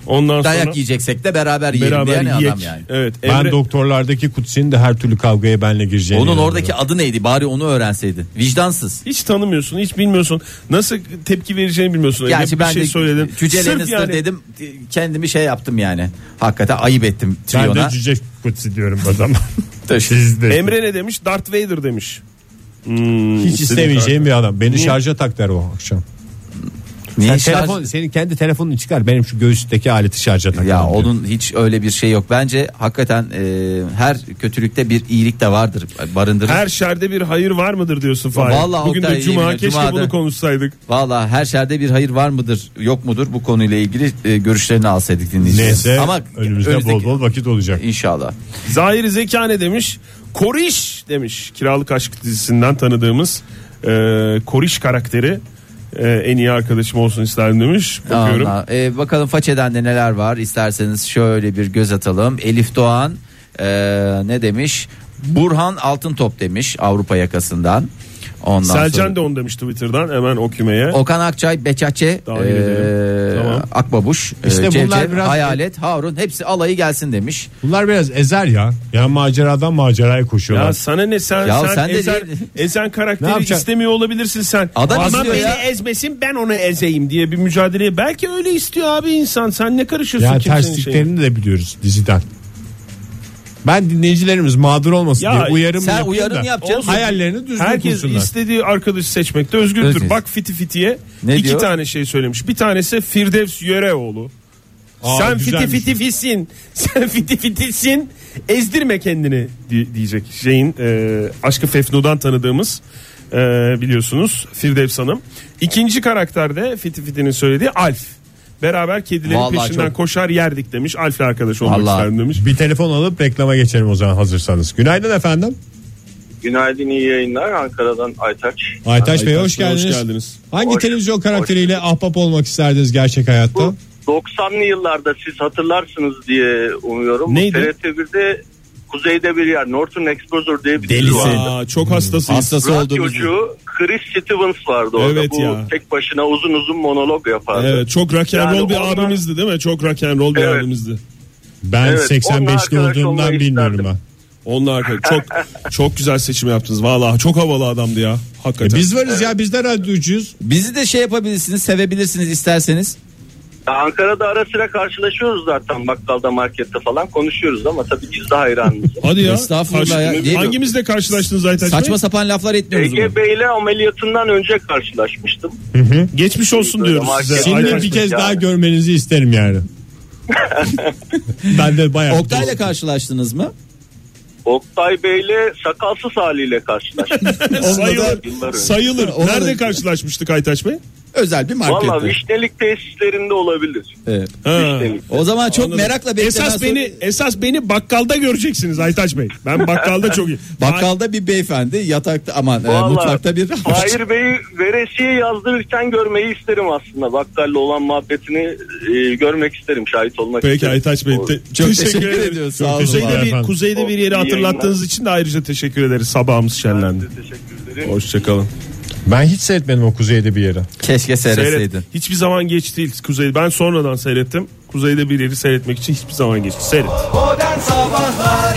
[SPEAKER 4] Ondan
[SPEAKER 3] Dayak
[SPEAKER 4] sonra
[SPEAKER 3] yiyeceksek de beraber yiyelim
[SPEAKER 4] beraber
[SPEAKER 3] diyen
[SPEAKER 4] yiyek.
[SPEAKER 3] adam yani.
[SPEAKER 4] Evet.
[SPEAKER 2] Ben
[SPEAKER 4] Emre-
[SPEAKER 2] doktorlardaki Kutsi'nin de her türlü kavgaya benle gireceğini
[SPEAKER 3] Onun
[SPEAKER 2] inanıyorum.
[SPEAKER 3] oradaki adı neydi bari onu öğrenseydin. Vicdansız.
[SPEAKER 4] hiç tanımıyorsun, hiç bilmiyorsun. Nasıl tepki vereceğini bilmiyorsun. Ege,
[SPEAKER 3] Gerçi
[SPEAKER 4] bir
[SPEAKER 3] ben
[SPEAKER 4] şey
[SPEAKER 3] de
[SPEAKER 4] söyledin.
[SPEAKER 3] Cüce
[SPEAKER 4] Sırf
[SPEAKER 3] Lannister
[SPEAKER 4] yani-
[SPEAKER 3] dedim kendimi şey yaptım yani. Hakikaten ayıp ettim
[SPEAKER 2] Ben de
[SPEAKER 3] Trion'a.
[SPEAKER 2] cüce Kutsi diyorum o zaman. Siz de.
[SPEAKER 4] Emre ne demiş? Darth Vader demiş. Hmm,
[SPEAKER 2] Hiç
[SPEAKER 4] istediğin
[SPEAKER 2] istemeyeceğim bir adam. Beni şarja tak der o akşam.
[SPEAKER 3] Niye
[SPEAKER 2] Sen
[SPEAKER 3] şarj-
[SPEAKER 2] telefon, senin kendi telefonunu çıkar. Benim şu göğüsteki aleti şarja tak.
[SPEAKER 3] Ya
[SPEAKER 2] derim diyor.
[SPEAKER 3] onun hiç öyle bir şey yok. Bence hakikaten e, her kötülükte bir iyilik de vardır. Barındırır.
[SPEAKER 4] Her şerde bir hayır var mıdır diyorsun Fahir.
[SPEAKER 3] Vallahi
[SPEAKER 4] Bugün de
[SPEAKER 3] Oktay, yemin
[SPEAKER 4] Cuma
[SPEAKER 3] ederim,
[SPEAKER 4] keşke
[SPEAKER 3] Cuma'da.
[SPEAKER 4] bunu konuşsaydık.
[SPEAKER 3] Valla her şerde bir hayır var mıdır yok mudur bu konuyla ilgili e, görüşlerini alsaydık dinleyeceğiz.
[SPEAKER 2] Neyse
[SPEAKER 3] Ama
[SPEAKER 2] önümüzde bol bol vakit olacak.
[SPEAKER 3] İnşallah.
[SPEAKER 4] Zahir Zekane demiş. Koriş demiş. Kiralık Aşk dizisinden tanıdığımız e, Koriş karakteri e, en iyi arkadaşım olsun isterdim demiş. Bakıyorum.
[SPEAKER 3] Allah. E, bakalım façeden de neler var isterseniz şöyle bir göz atalım. Elif Doğan e, ne demiş? Burhan Altıntop demiş Avrupa yakasından. Ondan sonra...
[SPEAKER 4] Selcan da onu demiş Twitter'dan hemen o kümeye.
[SPEAKER 3] Okan Akçay, Beçaçe,
[SPEAKER 4] Dahil edelim.
[SPEAKER 3] eee,
[SPEAKER 4] Tamam.
[SPEAKER 3] Akbabuş,
[SPEAKER 2] İşte
[SPEAKER 3] eee,
[SPEAKER 2] bunlar
[SPEAKER 3] Cevcev,
[SPEAKER 2] biraz-
[SPEAKER 3] Hayalet, Harun hepsi alayı gelsin demiş.
[SPEAKER 2] Bunlar biraz ezer ya. Ya maceradan maceraya koşuyorlar.
[SPEAKER 4] Ya sana ne sen
[SPEAKER 3] Ya
[SPEAKER 4] sen,
[SPEAKER 3] sen de
[SPEAKER 4] ezen,
[SPEAKER 3] değil-
[SPEAKER 4] ezen
[SPEAKER 2] Ne
[SPEAKER 4] karakteri
[SPEAKER 2] yapacaksın?
[SPEAKER 4] istemiyor olabilirsin sen.
[SPEAKER 3] Adam
[SPEAKER 4] Ama
[SPEAKER 3] istiyor
[SPEAKER 4] beni
[SPEAKER 3] ya.
[SPEAKER 4] ezmesin ben onu ezeyim diye bir mücadeleye. Belki öyle istiyor abi insan. Sen ne karışıyorsun
[SPEAKER 2] Ya
[SPEAKER 4] kimsenin şeyine?
[SPEAKER 2] tersliklerini de biliyoruz diziden. Ben dinleyicilerimiz mağdur olmasın
[SPEAKER 4] Ya,
[SPEAKER 2] diye uyarım
[SPEAKER 3] sen
[SPEAKER 2] yapayım
[SPEAKER 3] uyarın
[SPEAKER 2] da
[SPEAKER 3] yap canım.
[SPEAKER 2] Hayallerini düzgün
[SPEAKER 4] Herkes
[SPEAKER 2] kursunlar.
[SPEAKER 4] istediği arkadaşı seçmekte özgürdür.
[SPEAKER 3] Özgür.
[SPEAKER 4] Bak Fiti Fiti'ye
[SPEAKER 3] Ne
[SPEAKER 4] iki
[SPEAKER 3] diyor?
[SPEAKER 4] tane şey söylemiş. Bir tanesi Firdevs Yöreoğlu.
[SPEAKER 2] Aa,
[SPEAKER 4] Sen fiti
[SPEAKER 2] güzelmiş.
[SPEAKER 4] fiti fisin. Sen fiti fitisin. Ezdirme kendini di- diyecek şeyin e, Aşkı Fefnu'dan tanıdığımız e, biliyorsunuz Firdevs Hanım. İkinci karakterde Fiti Fiti'nin söylediği Alf. Beraber kedilerin
[SPEAKER 3] Vallahi
[SPEAKER 4] peşinden
[SPEAKER 3] çok-
[SPEAKER 4] koşar yerdik demiş. Alf'le arkadaş olmak
[SPEAKER 3] Vallahi.
[SPEAKER 4] isterdim demiş.
[SPEAKER 2] Bir telefon alıp reklama geçelim o zaman hazırsanız. Günaydın efendim.
[SPEAKER 5] Günaydın iyi yayınlar Ankara'dan Aytaç.
[SPEAKER 2] Aytaç Bey
[SPEAKER 4] Aytaç
[SPEAKER 2] hoş
[SPEAKER 4] Bey,
[SPEAKER 2] geldiniz.
[SPEAKER 4] hoş geldiniz.
[SPEAKER 2] Hangi
[SPEAKER 5] Hoş-
[SPEAKER 2] televizyon
[SPEAKER 5] hoş
[SPEAKER 2] karakteriyle ahbap olmak isterdiniz gerçek hayatta?
[SPEAKER 5] Bu 90'lı yıllarda siz hatırlarsınız diye umuyorum.
[SPEAKER 4] Neydi?
[SPEAKER 5] TRT1'de kuzeyde bir yer Norton Exposure diye bir
[SPEAKER 3] Delisi.
[SPEAKER 5] dizi vardı.
[SPEAKER 4] Aa, çok hastasıyız.
[SPEAKER 3] Hastası
[SPEAKER 5] Radyocu
[SPEAKER 3] olduğumuz.
[SPEAKER 5] Chris Stevens vardı orada.
[SPEAKER 4] Evet
[SPEAKER 5] Bu
[SPEAKER 4] ya.
[SPEAKER 5] tek başına uzun uzun monolog yapardı.
[SPEAKER 4] Evet, çok rock and roll
[SPEAKER 5] Yani
[SPEAKER 4] bir
[SPEAKER 5] ondan-
[SPEAKER 4] abimizdi değil mi? Çok rock and roll bir
[SPEAKER 5] Evet.
[SPEAKER 4] abimizdi.
[SPEAKER 2] Ben
[SPEAKER 5] Evet,
[SPEAKER 2] 85'li
[SPEAKER 5] onunla arkadaş
[SPEAKER 2] olduğumdan
[SPEAKER 5] olmayı
[SPEAKER 2] bilmiyorum
[SPEAKER 5] isterdim.
[SPEAKER 2] ben.
[SPEAKER 4] Onunla arkadaş. Çok çok güzel seçim yaptınız. Vallahi çok havalı adamdı ya. Hakikaten.
[SPEAKER 2] E, Biz varız ya biz de radyocuyuz.
[SPEAKER 3] Bizi de şey yapabilirsiniz, sevebilirsiniz isterseniz.
[SPEAKER 5] Ya Ankara'da ara sıra karşılaşıyoruz zaten bakkalda markette falan konuşuyoruz ama tabii gizli hayranımız.
[SPEAKER 4] Hadi ya.
[SPEAKER 3] Estağfurullah
[SPEAKER 4] Karşı-
[SPEAKER 3] ya. Değil mi?
[SPEAKER 4] Hanginizle karşılaştınız Aytaç Bey?
[SPEAKER 3] Saçma sapan laflar etmiyoruz.
[SPEAKER 5] Ege
[SPEAKER 3] burada.
[SPEAKER 5] Bey'le ameliyatından önce karşılaşmıştım.
[SPEAKER 4] Geçmiş olsun diyoruz
[SPEAKER 5] Böyle
[SPEAKER 4] size.
[SPEAKER 5] market-
[SPEAKER 4] Aytaç
[SPEAKER 2] Şimdi
[SPEAKER 5] Aytaç
[SPEAKER 4] Bey.
[SPEAKER 2] bir kez
[SPEAKER 5] Bey,
[SPEAKER 2] daha
[SPEAKER 5] yani.
[SPEAKER 2] görmenizi isterim yani. ben de bayağı.
[SPEAKER 3] Oktay'la karşılaştınız mı?
[SPEAKER 5] Oktay Bey'le sakalsız haliyle karşılaştım.
[SPEAKER 4] Sayılır.
[SPEAKER 5] Yıllar önce.
[SPEAKER 4] Sayılır.
[SPEAKER 3] Ona da-
[SPEAKER 4] Nerede karşılaşmıştık Aytaç Bey?
[SPEAKER 6] Özel bir markette.
[SPEAKER 5] Valla vişnelik tesislerinde olabilir.
[SPEAKER 3] Evet.
[SPEAKER 4] Ha.
[SPEAKER 6] O zaman çok
[SPEAKER 4] Anladım.
[SPEAKER 6] merakla beklenen
[SPEAKER 4] Esas
[SPEAKER 6] soru-
[SPEAKER 4] beni esas beni bakkalda göreceksiniz Aytaç Bey. Ben bakkalda çok iyi.
[SPEAKER 6] Bakkalda bir beyefendi yatakta aman e,
[SPEAKER 4] Ee,
[SPEAKER 5] Vallahi
[SPEAKER 6] mutfakta bir
[SPEAKER 5] Fahir Bey'i veresiye yazdırırken görmeyi isterim aslında. Bakkalla olan muhabbetini e, görmek isterim, şahit olmak
[SPEAKER 4] Peki
[SPEAKER 5] isterim.
[SPEAKER 4] Aytaç Bey
[SPEAKER 5] O-
[SPEAKER 4] te-
[SPEAKER 6] Çok
[SPEAKER 4] teşekkür
[SPEAKER 6] teşekkür
[SPEAKER 4] ederim.
[SPEAKER 6] ediyoruz.
[SPEAKER 4] Çok
[SPEAKER 6] Sağ olun
[SPEAKER 4] teşekkür
[SPEAKER 6] vallahi
[SPEAKER 4] ederim.
[SPEAKER 2] efendim.
[SPEAKER 4] Kuzeyde bir yeri
[SPEAKER 5] İyi
[SPEAKER 4] hatırlattığınız
[SPEAKER 5] yayınlar.
[SPEAKER 4] için de ayrıca teşekkür ederiz. Sabahımız şenlendi.
[SPEAKER 5] Teşekkür ederim.
[SPEAKER 4] Hoşçakalın.
[SPEAKER 2] Ben hiç seyretmedim o kuzeyde bir yere.
[SPEAKER 3] Keşke seyretseydin.
[SPEAKER 4] Seyret. Hiçbir zaman geç değil Kuzey. Ben sonradan seyrettim. Kuzeyde bir yeri seyretmek için hiçbir zaman geç. değil. Seyret.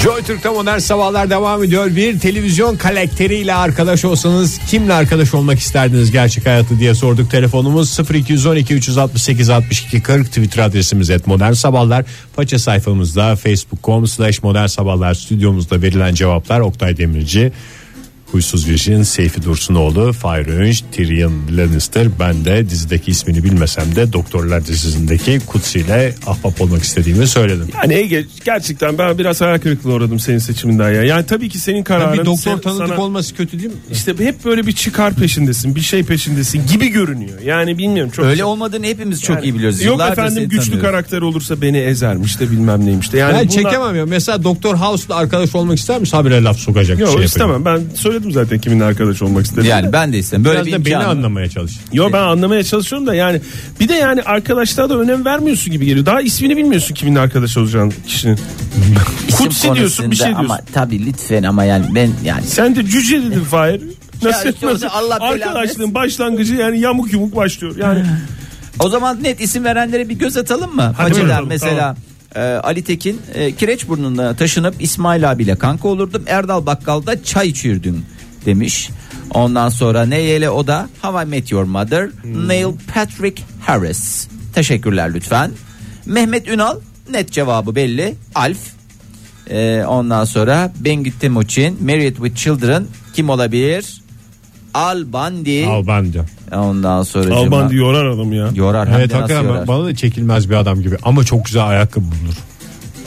[SPEAKER 2] Joy Türk'te modern sabahlar devam ediyor. Bir televizyon karakteriyle arkadaş olsanız kimle arkadaş olmak isterdiniz gerçek hayatı diye sorduk. Telefonumuz 0212 368 62 40 Twitter adresimiz et modern sabahlar. Faça sayfamızda facebook.com slash modern sabahlar stüdyomuzda verilen cevaplar Oktay Demirci. Huysuz Virjin, Seyfi Dursunoğlu, Fahir Öğünç, Tyrion Lannister. Ben de dizideki ismini bilmesem de Doktorlar dizisindeki Kutsi ile ahbap olmak istediğimi söyledim.
[SPEAKER 4] Yani Ege gerçekten ben biraz hayal kırıklığına uğradım senin seçiminden ya. Yani tabii ki senin kararın.
[SPEAKER 2] bir doktor
[SPEAKER 4] sen-
[SPEAKER 2] tanıdık
[SPEAKER 4] sana-
[SPEAKER 2] olması kötü değil mi?
[SPEAKER 4] İşte hep böyle bir çıkar peşindesin, bir şey peşindesin gibi görünüyor. Yani bilmiyorum çok.
[SPEAKER 3] Öyle olmadığını hepimiz çok iyi biliyoruz.
[SPEAKER 4] Yok
[SPEAKER 3] Yıllardır
[SPEAKER 4] efendim
[SPEAKER 3] seni
[SPEAKER 4] güçlü
[SPEAKER 3] tanıyoruz.
[SPEAKER 4] karakter olursa beni ezermiş de bilmem neymiş de. Yani
[SPEAKER 2] ben
[SPEAKER 4] bunlar-
[SPEAKER 2] çekemem ya. Mesela Doktor House'la arkadaş olmak ister misin? Habire laf sokacak bir
[SPEAKER 4] Yok
[SPEAKER 2] şey yapacak.
[SPEAKER 4] istemem. Ben söyledim zaten kimin arkadaş olmak istediğimi.
[SPEAKER 3] Yani ben de istem. Böyle
[SPEAKER 2] Biraz
[SPEAKER 3] bir
[SPEAKER 2] da beni
[SPEAKER 3] imkan.
[SPEAKER 2] anlamaya çalış.
[SPEAKER 4] Yo ben anlamaya çalışıyorum da yani bir de yani arkadaşlığa da önem vermiyorsun gibi geliyor. Daha ismini bilmiyorsun kimin arkadaş olacağın kişinin.
[SPEAKER 7] İsim
[SPEAKER 4] Kutsi diyorsun bir şey
[SPEAKER 7] konusunda
[SPEAKER 4] diyorsun.
[SPEAKER 7] Ama tabii lütfen ama yani ben yani
[SPEAKER 4] Sen de cüce dedin Fahir. Nasıl,
[SPEAKER 3] işte o
[SPEAKER 4] nasıl?
[SPEAKER 3] da Allah belanı
[SPEAKER 4] Arkadaşlığın başlangıcı yani yamuk yumuk başlıyor. Yani
[SPEAKER 3] O zaman net isim verenlere bir göz atalım mı?
[SPEAKER 4] Hadi
[SPEAKER 3] Faceden
[SPEAKER 4] bakalım,
[SPEAKER 3] mesela e, Ali Tekin e, Kireçburnu'na taşınıp İsmail abiyle kanka olurdum. Erdal Bakkal'da çay içirdim demiş. Ondan sonra Neyele o da How I Met Your Mother
[SPEAKER 4] Hmm.
[SPEAKER 3] Neil Patrick Harris. Teşekkürler lütfen. Mehmet Ünal net cevabı belli. Alf. E, ondan sonra Ben Gittim için Married with Children kim olabilir? Al Bundy.
[SPEAKER 2] Al ben diyor.
[SPEAKER 3] Ondan sonra
[SPEAKER 4] Alban diyor yorar adam ya.
[SPEAKER 3] Yorar hem
[SPEAKER 2] Evet
[SPEAKER 3] de nasıl yorar.
[SPEAKER 2] hakikaten bana da çekilmez bir adam gibi. Ama çok güzel ayakkabı bulur.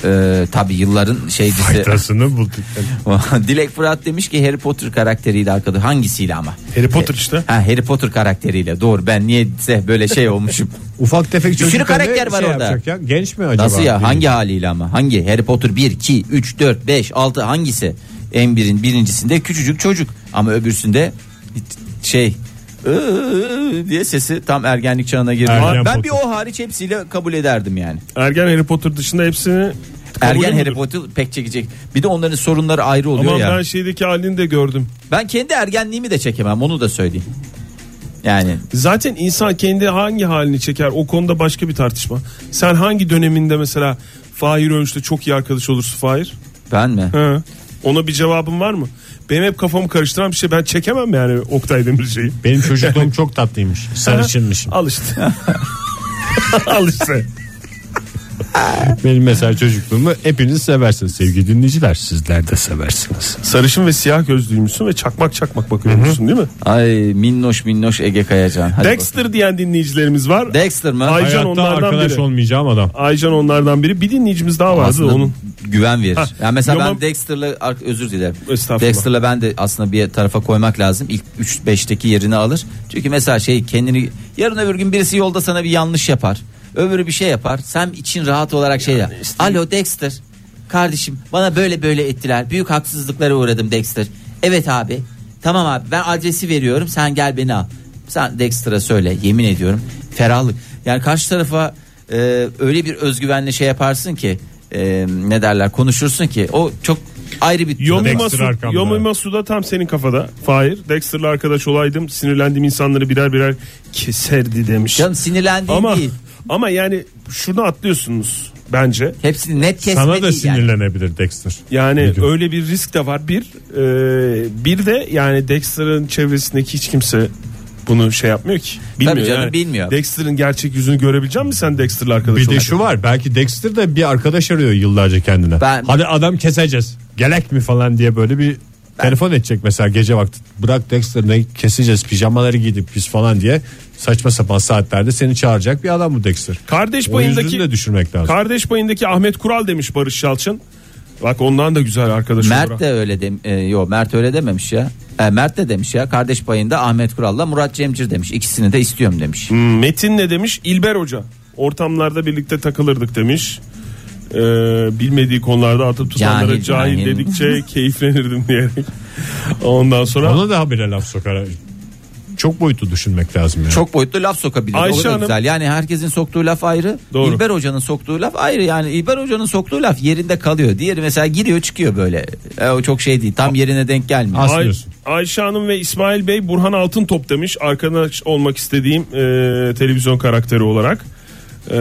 [SPEAKER 3] Ee, tabi yılların şeycisi.
[SPEAKER 2] Tasını bulduk.
[SPEAKER 3] Dilek Fırat demiş ki Harry Potter karakteriyle arkadaş. Hangisiyle ama?
[SPEAKER 4] Harry Potter işte.
[SPEAKER 3] Ha Harry Potter karakteriyle. Doğru ben niyeyse böyle şey olmuşum.
[SPEAKER 2] Ufak tefek
[SPEAKER 3] sürü
[SPEAKER 2] çocuk
[SPEAKER 3] karakter var
[SPEAKER 2] şey
[SPEAKER 3] orada.
[SPEAKER 2] yapacak Ya. Genç mi acaba?
[SPEAKER 3] Nasıl ya?
[SPEAKER 2] Bilmiyorum.
[SPEAKER 3] Hangi haliyle ama? Hangi? Harry Potter 1, 2, 3, 4, 5, 6 hangisi? En birin birincisinde küçücük çocuk. Ama öbürsünde şey "Iıı" diye sesi tam ergenlik çağına girdi. ben
[SPEAKER 2] Ergen Potter.
[SPEAKER 3] bir o hariç hepsiyle kabul ederdim yani.
[SPEAKER 4] Ergen Harry Potter dışında hepsini kabul
[SPEAKER 3] Ergen
[SPEAKER 4] ediyorum.
[SPEAKER 3] Harry Potter pek çekecek. Bir de onların sorunları ayrı oluyor
[SPEAKER 4] Ama
[SPEAKER 3] ya.
[SPEAKER 4] ben şeydeki halini de gördüm.
[SPEAKER 3] Ben kendi ergenliğimi de çekemem onu da söyleyeyim. Yani
[SPEAKER 4] Zaten insan kendi hangi halini çeker o konuda başka bir tartışma. Sen hangi döneminde mesela Fahir Önç'le çok iyi arkadaş olursun Fahir?
[SPEAKER 3] ben mi?
[SPEAKER 4] He. Ona bir cevabın var mı? Benim hep kafamı karıştıran bir şey. Ben çekemem yani Oktay Demirci'yi.
[SPEAKER 2] Benim çocukluğum çok tatlıymış. Sarışınmışım.
[SPEAKER 4] Al işte. Al işte.
[SPEAKER 2] Benim mesela çocukluğumu hepiniz seversiniz sevgili dinleyiciler. Sizler de seversiniz.
[SPEAKER 4] Sarışın ve siyah gözlüymüşsün ve çakmak çakmak bakıyormuşsun değil mi?
[SPEAKER 3] Ay minnoş minnoş Ege Kayacan. Hadi
[SPEAKER 4] Dexter diyen dinleyicilerimiz var.
[SPEAKER 3] bak. Dexter mı?
[SPEAKER 4] Ay- Aycan
[SPEAKER 2] Hayatta
[SPEAKER 4] onlardan
[SPEAKER 2] arkadaş
[SPEAKER 4] biri.
[SPEAKER 2] olmayacağım adam.
[SPEAKER 4] Aycan onlardan biri. Bir dinleyicimiz daha vardı
[SPEAKER 3] Aslında
[SPEAKER 4] onun.
[SPEAKER 3] güven verir.
[SPEAKER 4] Ha,
[SPEAKER 3] yani mesela
[SPEAKER 4] Yaman-
[SPEAKER 3] ben Dexter'la ar- özür dilerim.
[SPEAKER 4] Estağfurullah.
[SPEAKER 3] Dexter'la ben de aslında bir tarafa koymak lazım. İlk 3 5'teki yerini alır. Çünkü mesela şey kendini yarın öbür gün birisi yolda sana bir yanlış yapar. Öbürü bir şey yapar. Sen için rahat olarak şey yap. Alo Dexter. Kardeşim bana böyle böyle ettiler. Büyük haksızlıklara uğradım Dexter. Evet abi. Tamam abi ben adresi veriyorum. Sen gel beni al. Sen Dexter'a söyle. Yemin ediyorum. Ferahlık. Yani karşı tarafa e, öyle bir özgüvenle şey yaparsın ki e, ne derler konuşursun ki o çok ayrı bir
[SPEAKER 4] Yomi
[SPEAKER 2] Dexter
[SPEAKER 4] Masu,
[SPEAKER 2] arkamda.
[SPEAKER 4] Yomi Masu da tam senin kafada. Fahir. Dexter'la arkadaş olaydım. Sinirlendiğim insanları birer birer keserdi demiş.
[SPEAKER 3] Canım sinirlendiğim
[SPEAKER 4] ama
[SPEAKER 3] değil.
[SPEAKER 4] ama yani şunu atlıyorsunuz bence.
[SPEAKER 3] Hepsini net kesme
[SPEAKER 2] Sana da
[SPEAKER 3] değil yani.
[SPEAKER 2] sinirlenebilir Dexter.
[SPEAKER 4] Yani
[SPEAKER 2] Ne diyor?
[SPEAKER 4] öyle bir risk de var. Bir e, bir de yani Dexter'ın çevresindeki hiç kimse bunu şey yapmıyor ki. Bilmiyor
[SPEAKER 3] Tabii canım,
[SPEAKER 4] yani.
[SPEAKER 3] bilmiyor.
[SPEAKER 4] Dexter'ın gerçek yüzünü görebilecek misin sen Dexter'la arkadaş
[SPEAKER 2] Bir de
[SPEAKER 4] olarak?
[SPEAKER 2] şu var belki Dexter de bir arkadaş arıyor yıllarca kendine.
[SPEAKER 3] Ben-
[SPEAKER 2] Hadi adam keseceğiz. Gelek mi falan diye böyle bir telefon edecek mesela gece vakti. Bırak Dexter ne keseceğiz pijamaları giydik biz falan diye. Saçma sapan saatlerde seni çağıracak bir adam bu Dexter.
[SPEAKER 4] Kardeş
[SPEAKER 2] O yüzünü
[SPEAKER 4] payındaki
[SPEAKER 2] de düşürmek lazım.
[SPEAKER 4] Kardeş payındaki Ahmet Kural demiş Barış Yalçın. Bak ondan da güzel arkadaş
[SPEAKER 3] Mert
[SPEAKER 4] olarak.
[SPEAKER 3] de öyle dem e, yo Mert öyle dememiş ya. E, Mert de demiş ya kardeş payında Ahmet Kural'la Murat Cemcir demiş. İkisini de istiyorum demiş.
[SPEAKER 4] Hmm, Metin ne demiş? İlber Hoca. Ortamlarda birlikte takılırdık demiş. Ee, bilmediği konularda atıp tutanlara
[SPEAKER 3] Cahil,
[SPEAKER 4] cahil,
[SPEAKER 3] cahil.
[SPEAKER 4] dedikçe keyiflenirdim diyerek. Ondan sonra
[SPEAKER 2] Ona da habire laf sokar. Çok boyutu düşünmek lazım yani.
[SPEAKER 3] Çok boyutlu laf sokabilir.
[SPEAKER 4] Ayşe
[SPEAKER 3] o da
[SPEAKER 4] Hanım-
[SPEAKER 3] güzel. Yani herkesin soktuğu laf ayrı.
[SPEAKER 4] Doğru.
[SPEAKER 3] İlber Hoca'nın soktuğu laf ayrı. Yani İlber Hoca'nın soktuğu laf yerinde kalıyor. Diğeri mesela giriyor çıkıyor böyle. E, o çok şey değil. Tam yerine denk gelmiyor.
[SPEAKER 2] As-
[SPEAKER 4] Ay-
[SPEAKER 2] diyorsun.
[SPEAKER 4] Ayşe Hanım ve İsmail Bey Burhan Altıntop demiş. Arkadaş olmak istediğim e, televizyon karakteri olarak. E,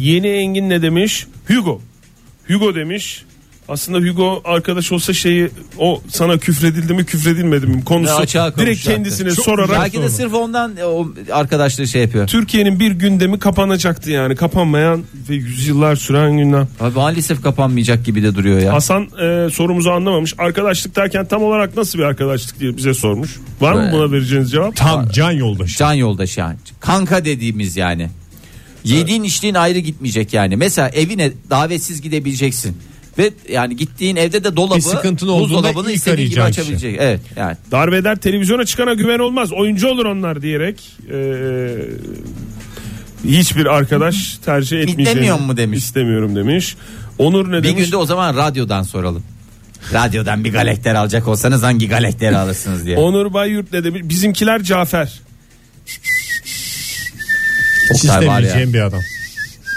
[SPEAKER 4] yeni Engin ne demiş? Hugo. Hugo demiş. Aslında Hugo arkadaş olsa şeyi o sana küfredildi mi küfredilmedi mi
[SPEAKER 3] Ve
[SPEAKER 4] konusu
[SPEAKER 3] açığa
[SPEAKER 4] direkt
[SPEAKER 3] konuşacaktı.
[SPEAKER 4] kendisine
[SPEAKER 3] Çok-
[SPEAKER 4] sorarak
[SPEAKER 3] Belki de sırf ondan e, o arkadaşları şey yapıyor.
[SPEAKER 4] Türkiye'nin bir gündemi kapanacaktı yani kapanmayan ve yüzyıllar süren gündem.
[SPEAKER 3] Abi maalesef kapanmayacak gibi de duruyor ya.
[SPEAKER 4] Hasan e, sorumuzu anlamamış. Arkadaşlık derken tam olarak nasıl bir arkadaşlık diye bize sormuş. Var mı
[SPEAKER 3] Ee,
[SPEAKER 4] buna vereceğiniz cevap?
[SPEAKER 2] Tam can yoldaşı.
[SPEAKER 3] Can yoldaş yani. Kanka dediğimiz yani. Yediğin içtiğin ayrı gitmeyecek yani. Mesela evine davetsiz gidebileceksin. Ve yani gittiğin evde de dolabı
[SPEAKER 2] Bir sıkıntın olduğunda
[SPEAKER 3] buzdolabını
[SPEAKER 2] ilk
[SPEAKER 3] istediğin gibi
[SPEAKER 2] arayacağın kişi.
[SPEAKER 3] açabilecek. Evet yani.
[SPEAKER 4] Darbeder televizyona çıkana güven olmaz. Oyuncu olur onlar diyerek e, hiçbir arkadaş tercih etmeyeceğini
[SPEAKER 3] İstemiyor mu demiş.
[SPEAKER 4] İstemiyorum demiş. Onur ne
[SPEAKER 3] Bir
[SPEAKER 4] demiş?
[SPEAKER 3] günde o zaman radyodan soralım. Radyodan bir galekter alacak olsanız hangi galekteri alırsınız diye.
[SPEAKER 4] Onur Bayyurt ne demiş? Bizimkiler Cafer.
[SPEAKER 2] Hiç
[SPEAKER 3] Oktay var ya.
[SPEAKER 2] istemeyeceğim bir adam.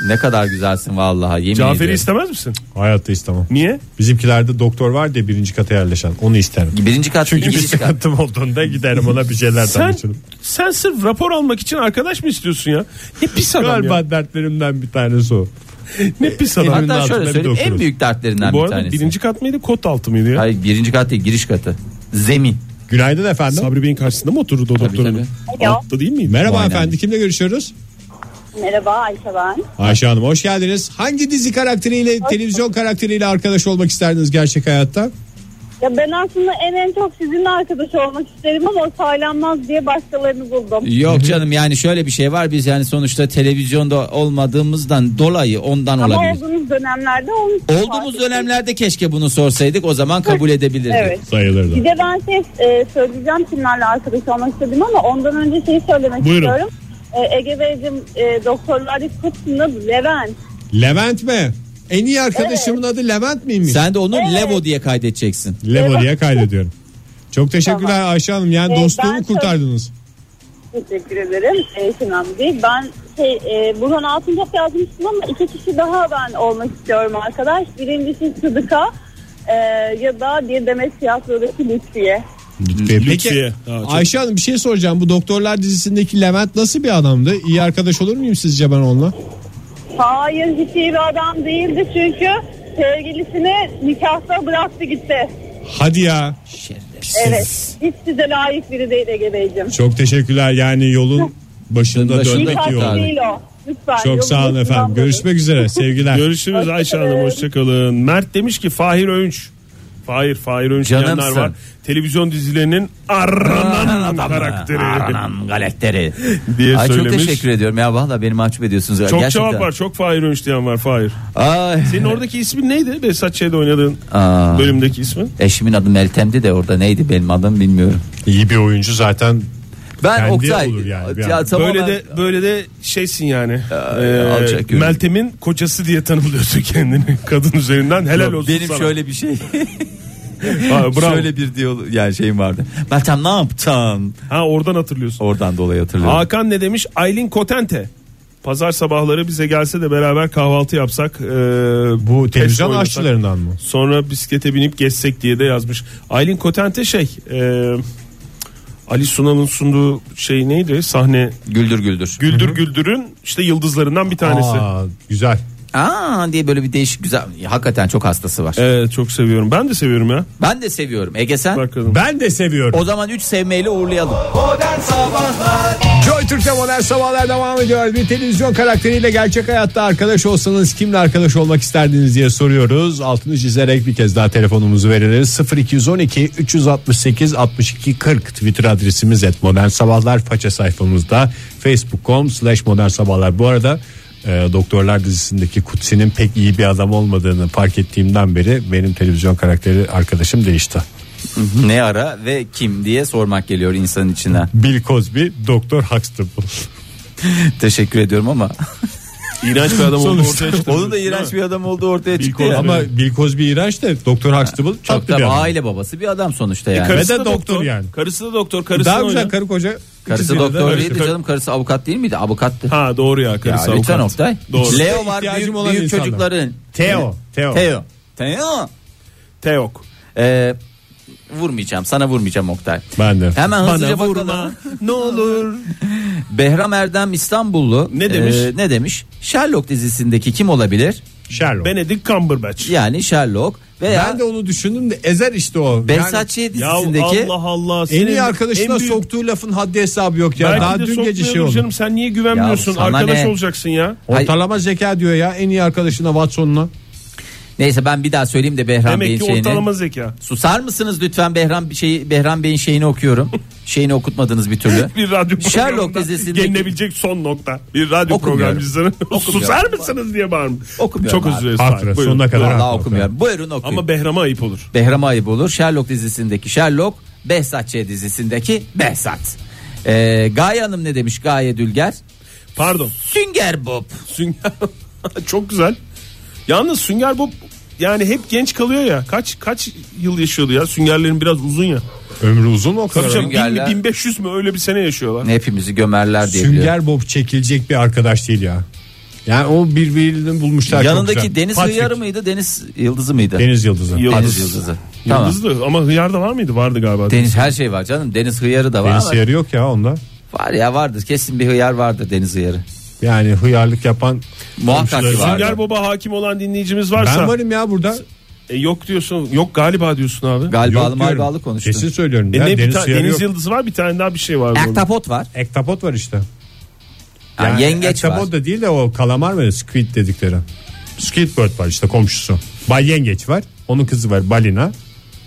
[SPEAKER 3] Ne kadar güzelsin vallahi yemin
[SPEAKER 4] Cafer'i
[SPEAKER 3] ediyorum.
[SPEAKER 4] istemez misin?
[SPEAKER 2] Hayatta istemem.
[SPEAKER 4] Niye?
[SPEAKER 2] Bizimkilerde doktor var diye birinci kata yerleşen. Onu isterim.
[SPEAKER 3] Birinci kat
[SPEAKER 2] Çünkü bir
[SPEAKER 3] ikinci kat.
[SPEAKER 2] sıkıntım olduğunda giderim ona bir şeyler
[SPEAKER 4] Sen,
[SPEAKER 2] danışırım.
[SPEAKER 4] sen sırf rapor almak için arkadaş mı istiyorsun ya? Ne pis adam ya.
[SPEAKER 2] Galiba dertlerimden bir tanesi o. E,
[SPEAKER 4] Ne pis adam.
[SPEAKER 2] altına
[SPEAKER 3] Hatta
[SPEAKER 2] bir
[SPEAKER 3] şöyle söyleyeyim en
[SPEAKER 2] dokunuruz.
[SPEAKER 3] büyük dertlerinden
[SPEAKER 4] Bu
[SPEAKER 3] bir
[SPEAKER 4] arada
[SPEAKER 3] tanesi.
[SPEAKER 4] birinci kat mıydı kot altı mıydı ya?
[SPEAKER 3] Hayır birinci kat değil giriş katı. Zemin.
[SPEAKER 2] Günaydın efendim.
[SPEAKER 4] Sabri Bey'in karşısında mı otururdu o doktorun?
[SPEAKER 8] Alo.
[SPEAKER 4] Altta değil miydi?
[SPEAKER 2] Merhaba
[SPEAKER 3] Aynen.
[SPEAKER 2] efendim. Kimle görüşüyoruz?
[SPEAKER 8] Merhaba Ayşe ben.
[SPEAKER 2] Ayşe Hanım hoş geldiniz. Hangi dizi karakteriyle, televizyon karakteriyle arkadaş olmak isterdiniz gerçek hayatta?
[SPEAKER 8] Ya ben aslında en en çok sizinle arkadaş olmak isterim ama o saylanmaz diye başkalarını buldum.
[SPEAKER 7] Yok canım yani şöyle bir şey var biz yani sonuçta televizyonda olmadığımızdan dolayı ondan
[SPEAKER 8] Ama
[SPEAKER 7] olabilir.
[SPEAKER 8] olduğunuz dönemlerde olmuş.
[SPEAKER 7] Olduğumuz dönemlerde keşke bunu sorsaydık o zaman kabul edebilirdik.
[SPEAKER 8] Evet. Bir
[SPEAKER 2] Sayılırdı.
[SPEAKER 8] de ben şey e, söyleyeceğim kimlerle arkadaş olmak istedim ama ondan önce şeyi söylemek
[SPEAKER 4] Buyurun.
[SPEAKER 8] istiyorum. E, Ege Beyciğim e, doktorlar kutusunda Levent.
[SPEAKER 2] Levent mi? En iyi arkadaşımın adı Levent miymiş?
[SPEAKER 7] Sen de onu
[SPEAKER 8] Evet.
[SPEAKER 7] Levo diye kaydedeceksin.
[SPEAKER 2] Levo diye kaydediyorum. Çok teşekkürler
[SPEAKER 8] Tamam.
[SPEAKER 2] Ayşe Hanım. Yani
[SPEAKER 8] Ee,
[SPEAKER 2] dostluğumu
[SPEAKER 8] ben çok-
[SPEAKER 2] kurtardınız.
[SPEAKER 8] Teşekkür ederim e, Sinan Bey. Ben şey, e, Burhan Altıncak yazmıştım ama iki kişi daha ben olmak istiyorum arkadaş. Birincisi Sıdıka e, ya da bir demet tiyatrodaki Lütfiye.
[SPEAKER 2] Peki
[SPEAKER 4] Lütfiye. Ha, çok-
[SPEAKER 2] Ayşe Hanım bir şey soracağım. Bu Doktorlar dizisindeki Levent nasıl bir adamdı? İyi arkadaş olur muyum sizce ben onunla?
[SPEAKER 8] Hayır hiç iyi bir adam değildi çünkü sevgilisini nikahta bıraktı gitti.
[SPEAKER 2] Hadi ya.
[SPEAKER 8] Evet. Hiç size layık biri değil Ege Beyciğim.
[SPEAKER 2] Çok teşekkürler. Yani yolun başında
[SPEAKER 7] Başında
[SPEAKER 2] dönmek
[SPEAKER 4] şey
[SPEAKER 2] iyi
[SPEAKER 8] Nikahta
[SPEAKER 2] oldu.
[SPEAKER 8] değil o. Lütfen.
[SPEAKER 2] Çok sağ olun
[SPEAKER 8] yolunuzdan
[SPEAKER 2] efendim.
[SPEAKER 8] dönün.
[SPEAKER 2] Görüşmek üzere. Sevgiler.
[SPEAKER 4] Görüşürüz Ayşe Hanım hoşçakalın. Mert demiş ki Fahir Öğünç. Fahir, Fahir Öğünç
[SPEAKER 3] Canımsın.
[SPEAKER 4] diyenler var. Televizyon dizilerinin aranan karakteri
[SPEAKER 3] Aranan galekteri.
[SPEAKER 4] diye
[SPEAKER 3] Ay, çok
[SPEAKER 4] söylemiş.
[SPEAKER 3] teşekkür ediyorum ya valla beni mahcup ediyorsunuz.
[SPEAKER 4] Çok
[SPEAKER 3] Gerçekten.
[SPEAKER 4] cevap var. Çok Fahir Öğünç diyen var Fahir.
[SPEAKER 3] Ay.
[SPEAKER 4] Senin oradaki ismin neydi? Resat Şey'de oynadığın
[SPEAKER 3] Aa.
[SPEAKER 4] bölümdeki ismin.
[SPEAKER 3] Eşimin adı Meltem'di de orada neydi benim adım bilmiyorum.
[SPEAKER 2] İyi bir oyuncu zaten.
[SPEAKER 3] Ben
[SPEAKER 2] Kendi
[SPEAKER 3] Oktay.
[SPEAKER 2] olur yani bir
[SPEAKER 3] Ya
[SPEAKER 2] an.
[SPEAKER 3] tamamen-
[SPEAKER 4] Böyle de böyle de şeysin yani.
[SPEAKER 3] alçak
[SPEAKER 4] Ee,
[SPEAKER 3] gönüllü.
[SPEAKER 4] Meltem'in kocası diye tanımlıyorsun kendini kadın üzerinden. Helal olsun
[SPEAKER 3] benim
[SPEAKER 4] sana.
[SPEAKER 3] şöyle bir şey.
[SPEAKER 4] Ha, bravo.
[SPEAKER 3] Şöyle bir diyor yani şeyim vardı. Meltem ne yaptın?
[SPEAKER 4] Ha oradan hatırlıyorsun.
[SPEAKER 3] Oradan dolayı hatırlıyorum.
[SPEAKER 4] Hakan ne demiş? Aylin Kotente. Pazar sabahları bize gelse de beraber kahvaltı yapsak. e,
[SPEAKER 2] Bu
[SPEAKER 4] pes
[SPEAKER 2] televizyon
[SPEAKER 4] oynasak,
[SPEAKER 2] aşçılarından mı?
[SPEAKER 4] Sonra bisiklete binip gezsek diye de yazmış. Aylin Kotente şey... e, Ali Sunal'ın sunduğu şey neydi? Sahne
[SPEAKER 3] güldür güldür.
[SPEAKER 4] Güldür Güldür'ün işte yıldızlarından bir tanesi.
[SPEAKER 2] Aa, güzel.
[SPEAKER 3] Aa diye böyle bir değişik güzel. Hakikaten çok hastası var.
[SPEAKER 4] Evet, çok seviyorum. Ben de seviyorum ya.
[SPEAKER 3] Ben de seviyorum. Ege sen?
[SPEAKER 4] Bakalım.
[SPEAKER 2] Ben de seviyorum.
[SPEAKER 3] O zaman 3 sevmeyle uğurlayalım.
[SPEAKER 2] Joy Türk'te modern sabahlar devam ediyor. Bir televizyon karakteriyle gerçek hayatta arkadaş olsanız kimle arkadaş olmak isterdiniz diye soruyoruz. Altını çizerek bir kez daha telefonumuzu veririz. 0212 368 62 40 Twitter adresimiz et modern sabahlar faça sayfamızda facebook.com slash modern sabahlar. Bu arada e, Doktorlar dizisindeki Kutsi'nin pek iyi bir adam olmadığını fark ettiğimden beri benim televizyon karakteri arkadaşım değişti.
[SPEAKER 3] Ne ara ve kim diye sormak geliyor insanın içine.
[SPEAKER 2] Bill Cosby, Doktor Huxtable.
[SPEAKER 3] Teşekkür ediyorum ama
[SPEAKER 4] İğrenç bir adam olduğu
[SPEAKER 2] Sonuçta
[SPEAKER 4] ortaya çıktı.
[SPEAKER 3] onun da iğrenç bir adam olduğu ortaya
[SPEAKER 4] Bill
[SPEAKER 3] çıktı.
[SPEAKER 4] Cosby.
[SPEAKER 3] ya.
[SPEAKER 2] Ama Bill Cosby iğrenç de Doktor Huxtable
[SPEAKER 3] Çok
[SPEAKER 2] çok da
[SPEAKER 3] da
[SPEAKER 2] bir adam.
[SPEAKER 3] aile babası bir adam sonuçta yani.
[SPEAKER 2] karı- Ve de doktor yani.
[SPEAKER 4] Karısı da doktor. Karısı
[SPEAKER 2] Daha
[SPEAKER 4] da
[SPEAKER 2] güzel
[SPEAKER 4] oynuyor.
[SPEAKER 2] karı koca.
[SPEAKER 3] Karısı
[SPEAKER 2] İkisini de
[SPEAKER 3] doktor
[SPEAKER 2] böyle-
[SPEAKER 3] değildi
[SPEAKER 4] Karı-
[SPEAKER 3] canım karısı avukat değil miydi? Avukattı.
[SPEAKER 4] Ha doğru ya
[SPEAKER 3] ya
[SPEAKER 4] karısı
[SPEAKER 3] lütfen
[SPEAKER 4] avukat.
[SPEAKER 3] Oktay.
[SPEAKER 4] Doğru.
[SPEAKER 3] Leo var
[SPEAKER 2] İhtiyacım
[SPEAKER 3] büyük,
[SPEAKER 2] olan
[SPEAKER 3] büyük
[SPEAKER 2] insanlar.
[SPEAKER 3] çocukların.
[SPEAKER 2] Theo. Theo.
[SPEAKER 3] Teo. Teo.
[SPEAKER 4] Teok.
[SPEAKER 3] Ee, vurmayacağım sana vurmayacağım Oktay.
[SPEAKER 2] Ben de.
[SPEAKER 3] Hemen
[SPEAKER 4] Bana
[SPEAKER 3] hızlıca
[SPEAKER 4] vurma
[SPEAKER 3] bakalım.
[SPEAKER 4] ne olur.
[SPEAKER 3] Behram Erdem İstanbullu.
[SPEAKER 4] Ne demiş?
[SPEAKER 3] Ee, ne demiş? Sherlock dizisindeki kim olabilir?
[SPEAKER 2] Sherlock.
[SPEAKER 4] Benedict Cumberbatch.
[SPEAKER 3] Yani Sherlock veya
[SPEAKER 2] ben de onu düşündüm de ezer işte o. Yani
[SPEAKER 3] Behzatçı'ya
[SPEAKER 4] Ya
[SPEAKER 3] dizisindeki
[SPEAKER 4] Allah Allah.
[SPEAKER 2] en
[SPEAKER 4] senin
[SPEAKER 2] iyi arkadaşına
[SPEAKER 4] en büyük-
[SPEAKER 2] soktuğu lafın haddi hesabı yok ya.
[SPEAKER 4] Belki
[SPEAKER 2] Daha
[SPEAKER 4] de
[SPEAKER 2] dün gece şey
[SPEAKER 4] sokmuyordur
[SPEAKER 2] oldu.
[SPEAKER 4] Canım sen niye güvenmiyorsun?
[SPEAKER 3] Ya sana
[SPEAKER 4] Arkadaş
[SPEAKER 3] ne?
[SPEAKER 4] olacaksın ya.
[SPEAKER 2] Ortalama zeka diyor ya en iyi arkadaşına Watson'la.
[SPEAKER 3] neyse ben bir daha söyleyeyim de Behram
[SPEAKER 4] Demek ki
[SPEAKER 3] Bey'in şeyini.
[SPEAKER 4] ortalama zeka.
[SPEAKER 3] Susar mısınız lütfen Behram şeyi Behram Bey'in şeyini okuyorum. şeyini okutmadınız bir türlü.
[SPEAKER 4] Bir radyo
[SPEAKER 3] Sherlock
[SPEAKER 4] programında
[SPEAKER 3] dizisindeki-
[SPEAKER 4] gelinebilecek son nokta. Bir radyo
[SPEAKER 3] Okumuyorum.
[SPEAKER 4] programcısının susar mısınız diye bağırmış.
[SPEAKER 3] Okumuyorum
[SPEAKER 4] Çok
[SPEAKER 3] abi.
[SPEAKER 4] özür
[SPEAKER 2] Haklı,
[SPEAKER 4] dilerim. Buyurun.
[SPEAKER 2] sonuna kadar.
[SPEAKER 3] Vallahi
[SPEAKER 2] haklı.
[SPEAKER 3] okumuyorum. Buyurun okuyun.
[SPEAKER 4] Ama Behram'a ayıp olur.
[SPEAKER 3] Behram ayıp olur. Sherlock dizisindeki Sherlock, Behzatçı dizisindeki Behzat. Ee, Gaye Hanım ne demiş Gaye Dülger?
[SPEAKER 4] Pardon.
[SPEAKER 3] Sünger Bob.
[SPEAKER 4] Sünger çok güzel. Yalnız Sünger Bob yani hep genç kalıyor ya. Kaç kaç yıl yaşıyordu ya? Süngerlerin biraz uzun ya.
[SPEAKER 2] Ömrü uzun o kadar.
[SPEAKER 4] Tabii canım, bin,
[SPEAKER 3] Süngerler-
[SPEAKER 4] mi, 1500 mü öyle bir sene yaşıyorlar.
[SPEAKER 3] Hepimizi gömerler diye biliyorum.
[SPEAKER 2] Sünger Bob çekilecek bir arkadaş değil ya. Yani o birbirini bulmuşlar. çok
[SPEAKER 3] Yanındaki
[SPEAKER 2] güzel.
[SPEAKER 3] Deniz
[SPEAKER 2] Patrick.
[SPEAKER 3] Hıyarı mıydı? Deniz Yıldızı mıydı?
[SPEAKER 2] Deniz Yıldızı.
[SPEAKER 4] Yıldız.
[SPEAKER 3] Deniz Yıldızı. Tamam.
[SPEAKER 4] Yıldızlı ama Hıyar'da var mıydı? Vardı galiba.
[SPEAKER 3] Deniz her şey var canım. Deniz Hıyarı da var.
[SPEAKER 2] Deniz
[SPEAKER 3] ama-
[SPEAKER 2] Hıyarı yok ya onda.
[SPEAKER 3] Var ya vardır. Kesin bir hıyar vardır Deniz Hıyarı.
[SPEAKER 2] Yani hıyarlık yapan
[SPEAKER 3] Muhakkak ki
[SPEAKER 2] komşuları-
[SPEAKER 3] var.
[SPEAKER 4] Sünger Bob'a hakim olan dinleyicimiz varsa
[SPEAKER 2] Ben varım ya burada.
[SPEAKER 4] E, yok diyorsun. Yok galiba diyorsun abi.
[SPEAKER 2] Yok
[SPEAKER 3] Galiba
[SPEAKER 2] diyorum.
[SPEAKER 3] malbalı konuştu.
[SPEAKER 2] Kesin söylüyorum.
[SPEAKER 4] E,
[SPEAKER 2] ya,
[SPEAKER 4] ne, bir
[SPEAKER 2] Deniz
[SPEAKER 4] tane-
[SPEAKER 2] Hıyarı
[SPEAKER 4] deniz
[SPEAKER 2] yok.
[SPEAKER 4] yıldızı var bir tane daha bir şey var. bunun.
[SPEAKER 3] Ektapot var.
[SPEAKER 2] Ektapot var işte.
[SPEAKER 3] Ha, yengeç var.
[SPEAKER 2] ektapot da değil de o kalamar mı? Squid dedikleri. Squidward var işte komşusu. Bay Yengeç var. Onun kızı var Balina.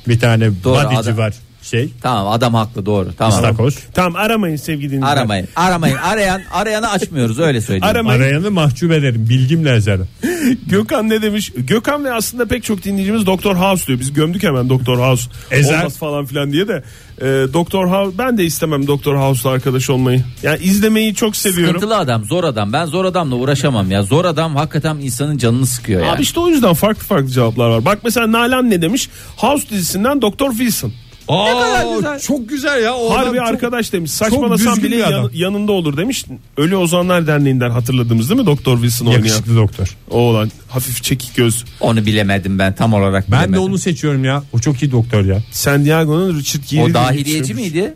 [SPEAKER 2] Bir tane
[SPEAKER 3] Doğru,
[SPEAKER 2] badici
[SPEAKER 3] adam.
[SPEAKER 2] var. Şey.
[SPEAKER 3] Tamam adam haklı doğru. Tamam.
[SPEAKER 2] İstakoz.
[SPEAKER 4] Tamam aramayın sevgili dinleyiciler.
[SPEAKER 3] Aramayın. Aramayın. Arayan arayanı açmıyoruz öyle söyleyeyim.
[SPEAKER 4] Arama- Aramayın.
[SPEAKER 2] Arayanı mahcup ederim. Bilgimle ezerim.
[SPEAKER 4] Gökhan ne demiş? Gökhan ve aslında pek çok dinleyicimiz Doktor House diyor. Biz gömdük hemen Doktor House.
[SPEAKER 2] Ezer.
[SPEAKER 4] Olmaz falan filan diye de. E, Doktor House ben de istemem Doktor House'la arkadaş olmayı. Yani izlemeyi çok seviyorum.
[SPEAKER 3] Sıkıntılı adam, zor adam. Ben zor adamla uğraşamam ya. Zor adam hakikaten insanın canını sıkıyor ya.
[SPEAKER 4] Abi işte o yüzden farklı farklı cevaplar var. Bak mesela Nalan ne demiş? House dizisinden Doktor Wilson.
[SPEAKER 2] Aa, Çok güzel ya. O adam
[SPEAKER 4] Harbi
[SPEAKER 2] çok-
[SPEAKER 4] arkadaş demiş.
[SPEAKER 2] düzgün
[SPEAKER 4] Saçmalasan bile
[SPEAKER 2] bir adam.
[SPEAKER 4] yan- yanında olur demiş. Ölü Ozanlar Derneği'nden hatırladığımız değil mi? Doktor Wilson oynayan.
[SPEAKER 2] Yakışıklı doktor.
[SPEAKER 4] O olan hafif çekik göz.
[SPEAKER 3] Onu bilemedim ben tam olarak
[SPEAKER 2] Ben de
[SPEAKER 3] bilemedim.
[SPEAKER 2] onu seçiyorum ya. O çok iyi doktor ya.
[SPEAKER 4] San Diego'nun Richard Gere
[SPEAKER 3] O
[SPEAKER 4] diye
[SPEAKER 3] dahiliyeci
[SPEAKER 4] geçiyormuş.
[SPEAKER 3] miydi?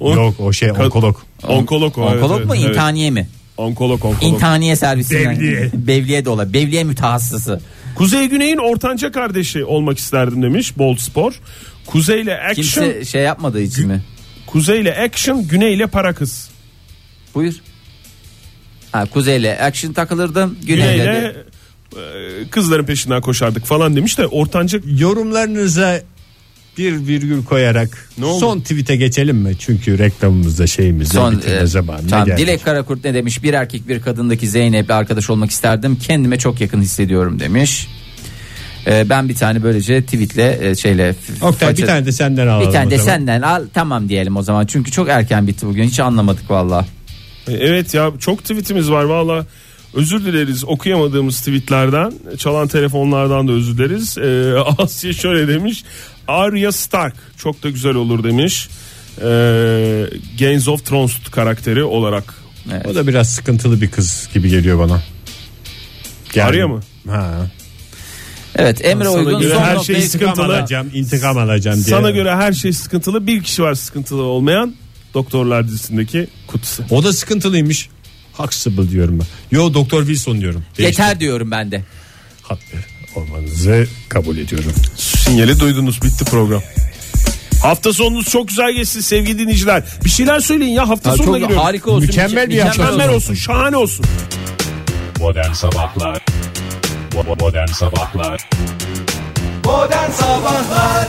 [SPEAKER 4] O-
[SPEAKER 2] Yok o şey onkolog.
[SPEAKER 4] Onkolog o. evet,
[SPEAKER 3] Onkolog
[SPEAKER 4] evet,
[SPEAKER 3] mu,
[SPEAKER 4] evet.
[SPEAKER 3] intihaniye mi?
[SPEAKER 4] Onkolog onkolog.
[SPEAKER 3] İntihaniye servisinden.
[SPEAKER 2] Bevliye.
[SPEAKER 3] Bevliye de ola. Bevliye mütehassısı.
[SPEAKER 4] Kuzey Güney'in ortanca kardeşi olmak isterdim demiş Bold Spor. Kuzey ile action,
[SPEAKER 3] Kimse şey yapmadığı için mi?
[SPEAKER 4] Kuzey ile action, Güney ile para kız.
[SPEAKER 3] Buyur. Ha, kuzeyle action takılırdım.
[SPEAKER 4] Güney
[SPEAKER 3] Güneyle de-
[SPEAKER 4] ile e, kızların peşinden koşardık falan demiş de ortanca
[SPEAKER 2] Yorumlarınıza bir virgül koyarak
[SPEAKER 4] Ne oldu?
[SPEAKER 2] son tweet'e geçelim mi? Çünkü reklamımızda şeyimizde
[SPEAKER 3] Son
[SPEAKER 2] bitirme
[SPEAKER 3] e,
[SPEAKER 2] zamanına
[SPEAKER 3] tamam,
[SPEAKER 2] geldik.
[SPEAKER 3] Dilek Karakurt ne demiş? Bir erkek bir kadındaki Zeynep'le arkadaş olmak isterdim. Kendime çok yakın hissediyorum demiş. E, ben bir tane böylece tweetle e, şeyle f-
[SPEAKER 2] Oktay bir
[SPEAKER 3] faça-
[SPEAKER 2] tane de senden alalım.
[SPEAKER 3] Bir tane
[SPEAKER 2] o
[SPEAKER 3] de
[SPEAKER 2] zaman.
[SPEAKER 3] senden al tamam diyelim o zaman. Çünkü çok erken bitti bugün. Hiç anlamadık valla.
[SPEAKER 4] E, Evet ya çok tweetimiz var valla. Özür dileriz okuyamadığımız tweetlerden, çalan telefonlardan da özür dileriz. E, Asya şöyle demiş. Arya Stark çok da güzel olur demiş. E, Games of Thrones karakteri olarak.
[SPEAKER 2] O da biraz sıkıntılı bir kız gibi geliyor bana. Yani-
[SPEAKER 4] Arya mı?
[SPEAKER 2] Ha.
[SPEAKER 3] Evet Emre
[SPEAKER 4] Sana
[SPEAKER 3] Uygun
[SPEAKER 4] göre
[SPEAKER 3] son
[SPEAKER 4] her
[SPEAKER 3] noktayı
[SPEAKER 4] şey
[SPEAKER 2] İntikam
[SPEAKER 4] Sıkıntılı.
[SPEAKER 2] alacağım, intikam alacağım diye.
[SPEAKER 4] Sana göre her şey sıkıntılı. Bir kişi var sıkıntılı olmayan. Doktorlar dizisindeki kutusu.
[SPEAKER 2] O da sıkıntılıymış. Huxtable diyorum ben. Yo Doktor Wilson diyorum. Değişti.
[SPEAKER 3] yeter diyorum ben de.
[SPEAKER 2] Haklı olmanızı kabul ediyorum.
[SPEAKER 4] Sinyali duydunuz bitti program. Hafta sonunuz çok güzel geçsin sevgili dinleyiciler. Bir şeyler söyleyin ya hafta
[SPEAKER 3] Ha,
[SPEAKER 4] sonuna
[SPEAKER 3] çok
[SPEAKER 4] giriyoruz.
[SPEAKER 3] harika olsun.
[SPEAKER 2] Mükemmel bir hafta
[SPEAKER 3] mükemmel
[SPEAKER 4] Mükemmel
[SPEAKER 3] olsun.
[SPEAKER 4] olsun şahane olsun.
[SPEAKER 9] Modern Sabahlar Bo- bo- Modern Sabahlar
[SPEAKER 10] Modern Sabahlar